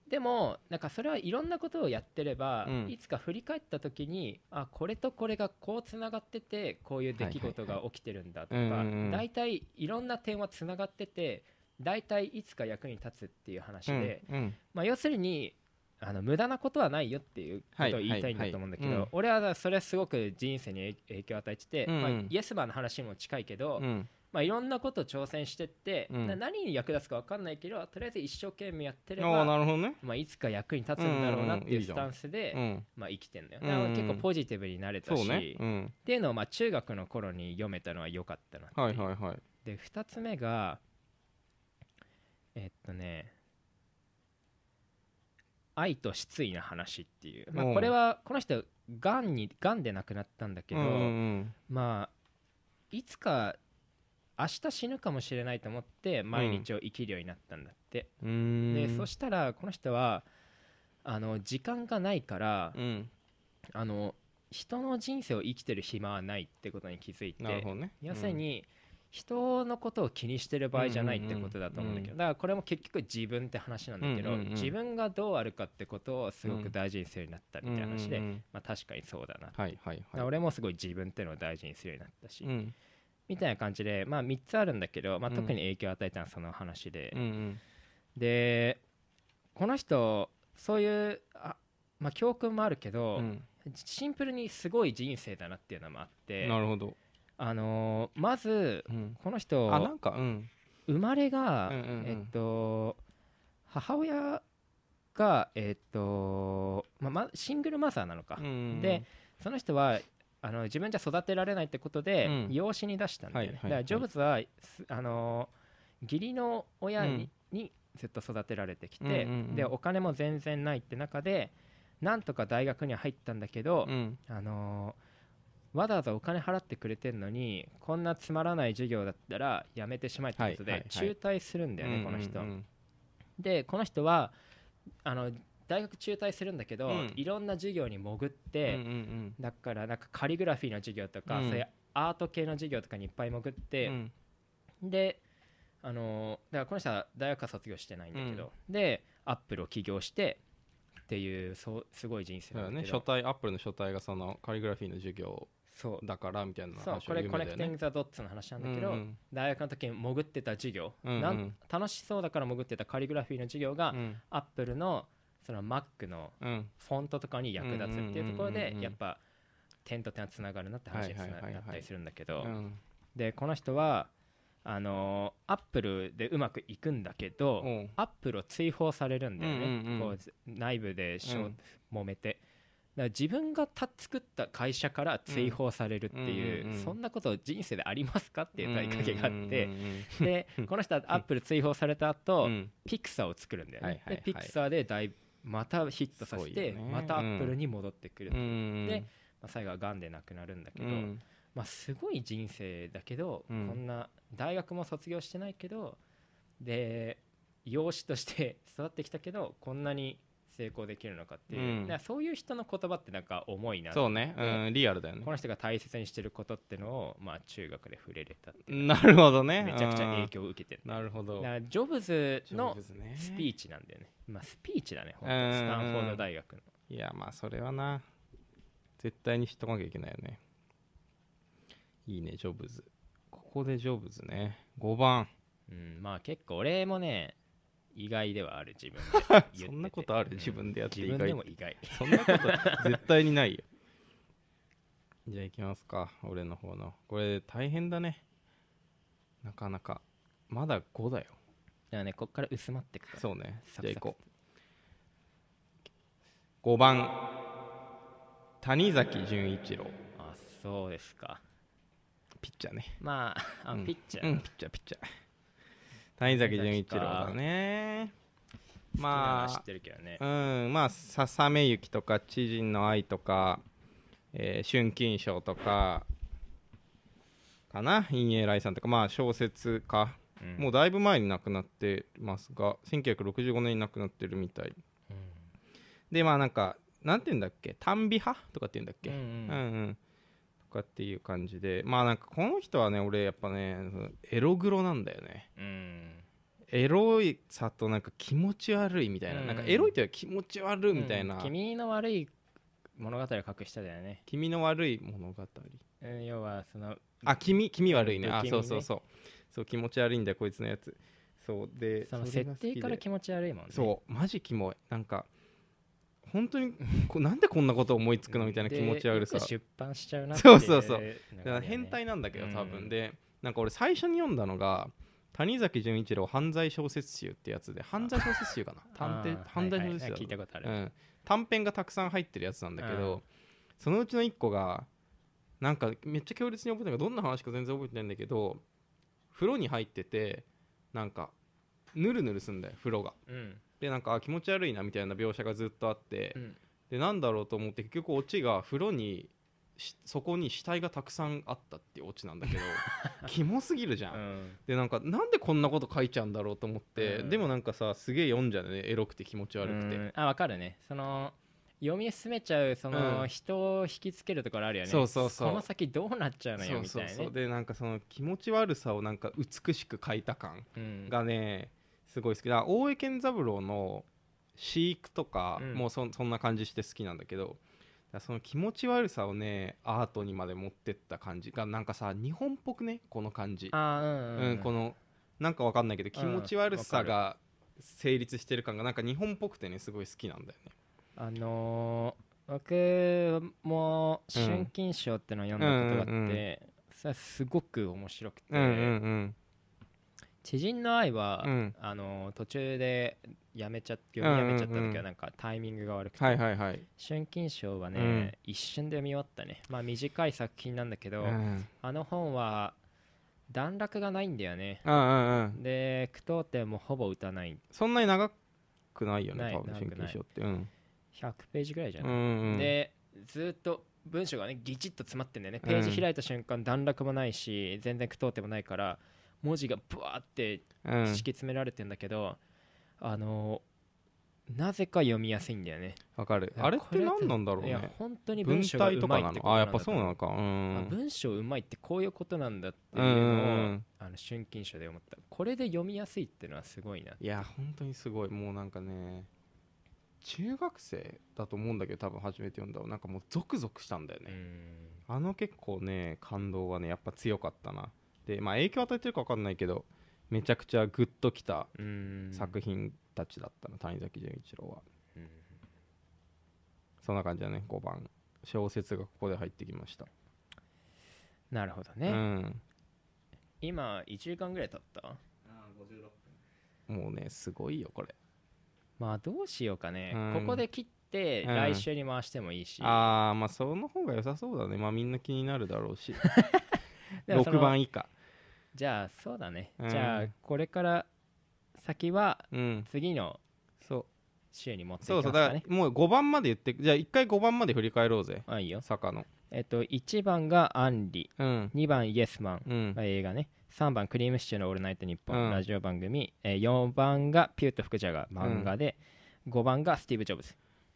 S1: でもなんかそれはいろんなことをやってれば、
S2: うん
S1: いつか振り返った時にあこれとこれがこうつながっててこういう出来事が起きてるんだとか、
S2: はいはいはいうんうんうん
S1: 大体いろんな点はつながってて大体いつか役に立つっていう話
S2: う
S1: で、
S2: んうん
S1: まあ、要するにあの無駄なことはないよっていうことを言いたいんだと思うんだけど、
S2: はいはいはいうん
S1: 俺はそれはすごく人生に影響を与えてて、
S2: うんうん
S1: まあ、イエスマンの話にも近いけど、
S2: うん
S1: まあ、いろんなことを挑戦してって、
S2: うん
S1: な何に役立つか分かんないけどとりあえず一生懸命やってれ
S2: ああ
S1: ば
S2: なるほどね
S1: まあ、いつか役に立つんだろうなって
S2: うんうんうん
S1: い
S2: いういじ
S1: ス
S2: ゃん
S1: タンスで、
S2: うん
S1: まあ、生きてんだよ、
S2: うんうんうん
S1: だから結構ポジティブになれた
S2: そう
S1: し、
S2: ねうん
S1: っていうのをまあ中学の頃に読めたのは良かったなっていう
S2: はいはいはい
S1: で2つ目がえっとね愛と失意の話っていう、まあ、
S2: おう
S1: これはこの人がんにがんで亡くなったんだけ
S2: う
S1: ど、
S2: んうん
S1: まあいつか明日死ぬかもしれないと思って毎日を生きるようになったんだって、
S2: うんうん
S1: でそしたらこの人はあの時間がないから、
S2: うん
S1: あの人の人生を生きてる暇はないってことに気づい
S2: なる
S1: て
S2: ほどね
S1: 要するに、人のことを気にしてる場合じゃないってことだと思うんだけど、
S2: うんうんうん
S1: だからこれも結局自分って話なんだけど、
S2: うんうんうん
S1: 自分がどうあるかってことをすごく大事にするようになったみたいな話で、
S2: うんうんうん
S1: まあ、確かにそうだな、だか
S2: はいはい
S1: ら
S2: はい
S1: 俺もすごい自分ってのを大事にするようになったし、
S2: うん
S1: みたいな感じで、まあ、3つあるんだけど、まあ、
S2: うん
S1: 特に影響を与えたのはその話で、
S2: うんうん
S1: でこの人そういうあ、まあ、教訓もあるけど、
S2: うん
S1: シンプルにすごい人生だなっていうのもあって
S2: なるほど、
S1: あのーまず
S2: うん、
S1: この
S2: あな
S1: 人
S2: んかうん
S1: 生まれが、
S2: うんうんうん
S1: えっと母親がえっと、まあまシングルマザーなのか、
S2: うんうん
S1: でその人はあの自分じゃ育てられないってことで、
S2: うん
S1: 養子に出したんだよね、
S2: はいは
S1: だ
S2: い
S1: か
S2: は
S1: ら
S2: い
S1: ジョブズはすあのー義理の親に,、
S2: うん
S1: にずっと育てられてきて、
S2: うんうんうん
S1: でお金も全然ないって中でなんとか大学には入ったんだけど、
S2: うん
S1: あのーわざわざお金払ってくれてんのにこんなつまらない授業だったらやめてしまえってこと
S2: はいは
S1: で
S2: いはい
S1: 中退するんだよね、この人、
S2: うん
S1: でこの人はあの大学中退するんだけど、
S2: うん
S1: いろんな授業に潜っ
S2: うんう
S1: て、
S2: んうん
S1: だからなんかカリグラフィーの授業とか、
S2: うん
S1: そういうアート系の授業とかにいっぱい潜っ
S2: う
S1: て、
S2: ん
S1: であのーだからこの人は大学は卒業してないんだけど、でアップルを起業してっていうそうすごい人生
S2: だ
S1: な
S2: よ
S1: んだ
S2: ね
S1: け
S2: 書
S1: ど
S2: 体アップルの書体がそのカリグラフィーの授業
S1: そう
S2: だからみたいな
S1: そう
S2: 話
S1: こ
S2: は
S1: れ
S2: 有名
S1: コネ
S2: だよ
S1: クティン
S2: ね
S1: グ・ザ・ドッツの話なんだけど、
S2: うんうん
S1: 大学の時に潜ってた授業、
S2: うんうん
S1: なん楽しそうだから潜ってたカリグラフィーの授業が、
S2: うん
S1: アップルのその Mac の
S2: うん
S1: フォントとかに役立つっていうところ
S2: うんうん
S1: で
S2: うんうん
S1: やっぱ点と点はつながるなって話につ
S2: はい
S1: な
S2: はいはいはい
S1: なったりするんだけど、
S2: うん
S1: でこの人はあのアップルでうまくいくんだけど、
S2: おう
S1: アップルを追放されるんだよね、
S2: うんうんうん
S1: こう内部でしょ、
S2: うん
S1: 揉めてだから自分がた作った会社から追放されるっていう,、
S2: うんうんうん
S1: そんなこと人生でありますかっていう問いかけがあって、
S2: うんうんうん
S1: でこの人はアップル追放された後、
S2: うんうん
S1: ピクサーを作るんだよね、
S2: はいはいはい
S1: でピクサーでだいまたヒットさせ
S2: そう
S1: て、
S2: よね
S1: またアップルに戻ってくる、
S2: うん
S1: ま
S2: うん
S1: であ、最後はがんで亡くなるんだけ
S2: う
S1: ど、
S2: ん
S1: まあ、すごい人生だけど、
S2: うん
S1: こんな大学も卒業してないけどで養子として 育ってきたけどこんなに成功できるのかっていう、
S2: うん
S1: だからそういう人の言葉ってなんか重いな
S2: そうねうんリアルだよね
S1: この人が大切にしてることってのを、まあ、中学で触れれたっていうの
S2: なるほ
S1: が
S2: どね
S1: めちゃくちゃ
S2: うん
S1: 影響を受けてる
S2: なるほど
S1: だからジョブズの
S2: ジョブズね
S1: スピーチなんだよね、まあ、スピーチだね本
S2: う
S1: 当に
S2: んうんうん
S1: スタンフォード大学の
S2: いやまあそれはな絶対に知っとかなきゃいけないよねいいねジョブズここでジョブズね5番
S1: うんまあ結構俺もね意外ではある自分で言ってて
S2: そんなことある
S1: うん
S2: 自分でやって
S1: 自
S2: 意
S1: 分で
S2: 外
S1: も意外
S2: そんなこと絶対にないよじゃあ行きますか俺の方のこれ大変だねなかなかまだ5だよ
S1: だからね、こっから薄まっていくから。
S2: そうね
S1: サクサク
S2: じゃあ行こう5番谷崎潤一郎
S1: あ、そうですか。
S2: ピッチャーね
S1: まあ、あ
S2: うん
S1: ピッチャ
S2: う
S1: ー。
S2: ん、ピッチャーピッチャー谷崎潤一郎だね
S1: ま
S2: ま
S1: あ、知ってるけどね
S2: あ。うんまあ笹目雪とか知人の愛とか、えー春金賞とかかな陰影来さんとかまあ小説家、
S1: うん
S2: もうだいぶ前に亡くなってますが1965年に亡くなってるみたい
S1: うん
S2: でまあなんかなんて言うんだっけ短美派とかって言うんだっけ、
S1: うん
S2: う
S1: うんん
S2: うんとかっていう感じでまあなんかこの人はね俺やっぱねそのエログロなんだよね
S1: うん。
S2: エロいさとなんか気持ち悪いみたいな、
S1: うん
S2: なんかエロいというか気持ち悪いみたいな、
S1: うん君の悪い物語を書く人だよね。
S2: 君の悪い物語
S1: うん要は、その、
S2: あ君君悪いね
S1: うん
S2: あ
S1: 君ね
S2: そうそうそうそう気持ち悪いんだよこいつのやつそうで
S1: その
S2: それ
S1: 設
S2: が好きで
S1: 定から気持ち悪いもんね。
S2: そうマジキモいなんか本当にこなんでこんなこと思いつくのみたいな気持ち悪さ
S1: でよく出版しちゃうなってい
S2: そうそうそう
S1: の
S2: だ
S1: が
S2: から
S1: ね
S2: 変態なんだけど
S1: うん
S2: 多分でなんか俺最初に読んだのが谷崎潤一郎犯罪小説集ってやつで犯罪小説集かな探偵
S1: あー
S2: 犯罪小
S1: はい
S2: 説
S1: は
S2: 集
S1: い聞
S2: だ
S1: いたことあ
S2: う
S1: る。
S2: ん短編がたくさん入ってるやつなんだけど、
S1: うん
S2: そのうちの1個がなんかめっちゃ強烈に覚えてるのがどんな話か全然覚えてないんだけど風呂に入っててなんかぬるぬるすんだよ風呂が
S1: うん。
S2: でなんかあ気持ち悪いなみたいな描写がずっとあって、
S1: うん
S2: でなんだろうと思って結局オチが風呂にしそこに死体がたくさんあったっていうオチなんだ けどキモすぎるじゃ
S1: う
S2: ん、
S1: ん
S2: でなんかなんでこんなこと書いちゃうんだろうと思って、
S1: うん
S2: でもなんかさすげえ読んじゃうねエロくて気持ち悪くて、
S1: うんあ、わかるね。その、読み進めちゃうその、
S2: うん
S1: 人を引きつけるところあるよね
S2: そうそうそう
S1: この先どうなっちゃうの
S2: そ
S1: よ
S2: う
S1: み
S2: そ
S1: たいうなね
S2: そうでなんかその気持ち悪さをなんか美しく描いた感
S1: うん
S2: がねすごい好きだから大江健三郎の飼育とか
S1: うん
S2: もうそ,、ん、そんな感じして好きなんだけどだからその気持ち悪さをねアートにまで持ってった感じがなんかさ日本っぽくねこの感じ、
S1: あーうん、うん
S2: うん、このなんかわかんないけど気持ち悪さが成立してる感がなんか日本っぽくてねすごい好きなんだよね。
S1: あのー僕も「春金賞」ってのを読んだことがあ
S2: う
S1: っ
S2: んうんう
S1: て、それはすごく面白くて、
S2: うんうん
S1: 知人の愛は、
S2: うんうん
S1: あのー途中でやめちゃって読みやめちゃった
S2: うんうん
S1: 時
S2: う
S1: は
S2: ん
S1: なんかタイミングが悪くて、
S2: はいはいはい。
S1: 春金賞はね、
S2: うん
S1: 一瞬で読み終わったねまあ短い作品なんだけ
S2: う
S1: ど、
S2: んうん
S1: あの本は段落がないんだよね
S2: うんうん
S1: で句読点もほぼ打たない
S2: そんなに長くないよ
S1: な
S2: ね
S1: い
S2: 多分
S1: 長く
S2: 神
S1: ない
S2: 経症って。うん
S1: 100ページぐらいじゃ
S2: う
S1: ない、
S2: んうん、
S1: でずーっと文章がねギチッと詰まってんだよねページ開いた瞬間段落もないし全然句読点もないから文字がブワーって
S2: うん
S1: 敷き詰められてんだけど、あのーなぜか読みやすいんだよね
S2: わかるあれって何なんだろう
S1: いや
S2: ね
S1: 本当に
S2: 文
S1: 文章が
S2: 体
S1: う
S2: と
S1: ま
S2: か
S1: い
S2: な
S1: って
S2: のあやっぱそうな
S1: の
S2: のかう
S1: あ
S2: ん
S1: 文章うまいってこういうことなんだっていううん
S2: う
S1: のを、
S2: んうん
S1: あの春金賞で思ったこれで読みやすいっていうのはすごいない
S2: や本当にすごいもうなんかね中学生だと思うんだけど多分初めて読んだのなんかもうゾクゾクしたんだよ
S1: う
S2: ね、
S1: ん
S2: あの結構ね感動がねやっぱ強かったなでまあ影響与えてるか分かんないけどめちゃくちゃグッときた
S1: うん
S2: 作品たちだったな、谷崎潤一郎は
S1: うん
S2: そんな感じだね5番小説がここで入ってきました
S1: なるほど
S2: う
S1: ね、
S2: ん
S1: 今1週間ぐらい経った
S2: もうねすごいよこれ
S1: まあどうしようかね、
S2: うん
S1: ここで切って
S2: うん
S1: 来週に回してもいいし、
S2: ああまあその方が良さそうだねまあみんな気になるだろうし
S1: でもその
S2: 6番以下
S1: じゃあそうだね、
S2: うん
S1: じゃあこれから先は
S2: うん
S1: 次の
S2: そう
S1: 週に持っていき
S2: そ
S1: ま
S2: う
S1: す
S2: そう
S1: か
S2: だから
S1: ね
S2: もう5番まで言ってじゃあ1回5番まで振り返ろうぜ
S1: あいいよ
S2: 坂の
S1: えっと1番がアンリ
S2: うん
S1: 2番イエスマン、
S2: うん
S1: まあ映画ね3番「クリームシチューのオールナイトニッポン」
S2: うん
S1: ラジオ番組、えー4番が「ピュート・福ジャガー」漫画で、5番がスティーブ・ジョブズ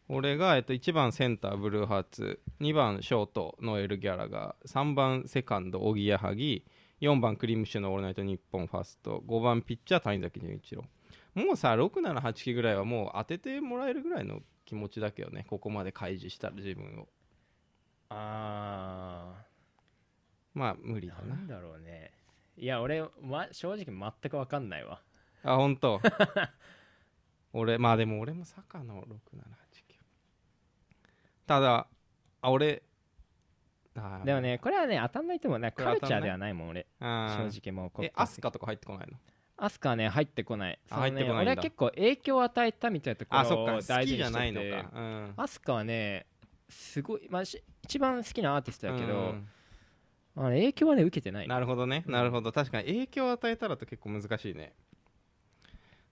S2: 俺が、えっと、1番センターブルーハーツ2番ショートノエル・ギャラガー3番セカンドおぎやはぎ4番クリームシチューのオールナイトニッポンファースト5番ピッチャー谷崎潤一郎もうさ678期ぐらいはもう当ててもらえるぐらいの気持ちだけどねここまで開示したら自分を
S1: あ
S2: まあ無理だ
S1: ーな
S2: なん
S1: だろうねいや俺、ま、正直全く分かんないわ
S2: あ本 当俺まあでも俺も坂の6789ただあ俺あ
S1: でもねこれはね当たんないと思うな
S2: これ
S1: カルチ
S2: 当た
S1: ャー
S2: んない
S1: ではないもん俺
S2: 正
S1: 正直もうこ
S2: えアスカとか入ってこないの
S1: アスカはね入ってこない
S2: あ入ってこないんだ
S1: そのね俺は結構影響を与えたみたいなとこ
S2: あそっ
S1: ろを
S2: か好
S1: 大
S2: き
S1: 事
S2: じ
S1: に
S2: ゃ
S1: して
S2: ないの
S1: て
S2: かうん
S1: アスカはねすごい、まあ、し一番好きなアーティストだけど、
S2: うん
S1: あの影響はね受けてない
S2: なるほどね
S1: うん
S2: なるほど確かに影響を与えたらと結構難しいね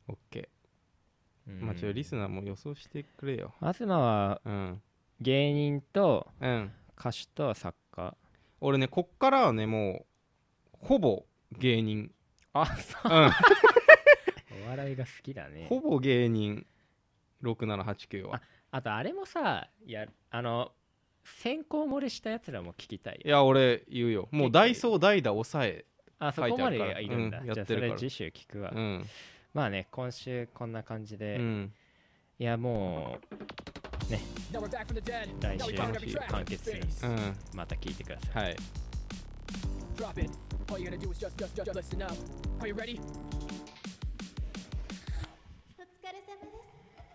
S2: OK
S1: うん
S2: まあちょっとリスナーも予想してくれよ
S1: 東は
S2: うん
S1: 芸人と
S2: うん
S1: 歌手と作家
S2: 俺ねこっからはねもうほぼ芸人
S1: あそう
S2: うん
S1: お笑いが好きだね
S2: ほぼ芸人6789は
S1: あとあれもさいやあの先行漏れしたやつらも聞きたい
S2: い
S1: よ
S2: や俺言うよもうダイソー代打抑え
S1: あそこまで
S2: 書いてあるから
S1: いるんだ、
S2: うんやっ
S1: じゃ
S2: て
S1: あ
S2: る
S1: そ
S2: から
S1: れ次週聞くわ、
S2: うん、
S1: まあね今週こんな感じで、
S2: うん、
S1: いやもうね来週完結するんです
S2: うん
S1: また聞いてください
S2: はい
S3: Drop it. All you gotta do is just, just, just listen up. Are you ready?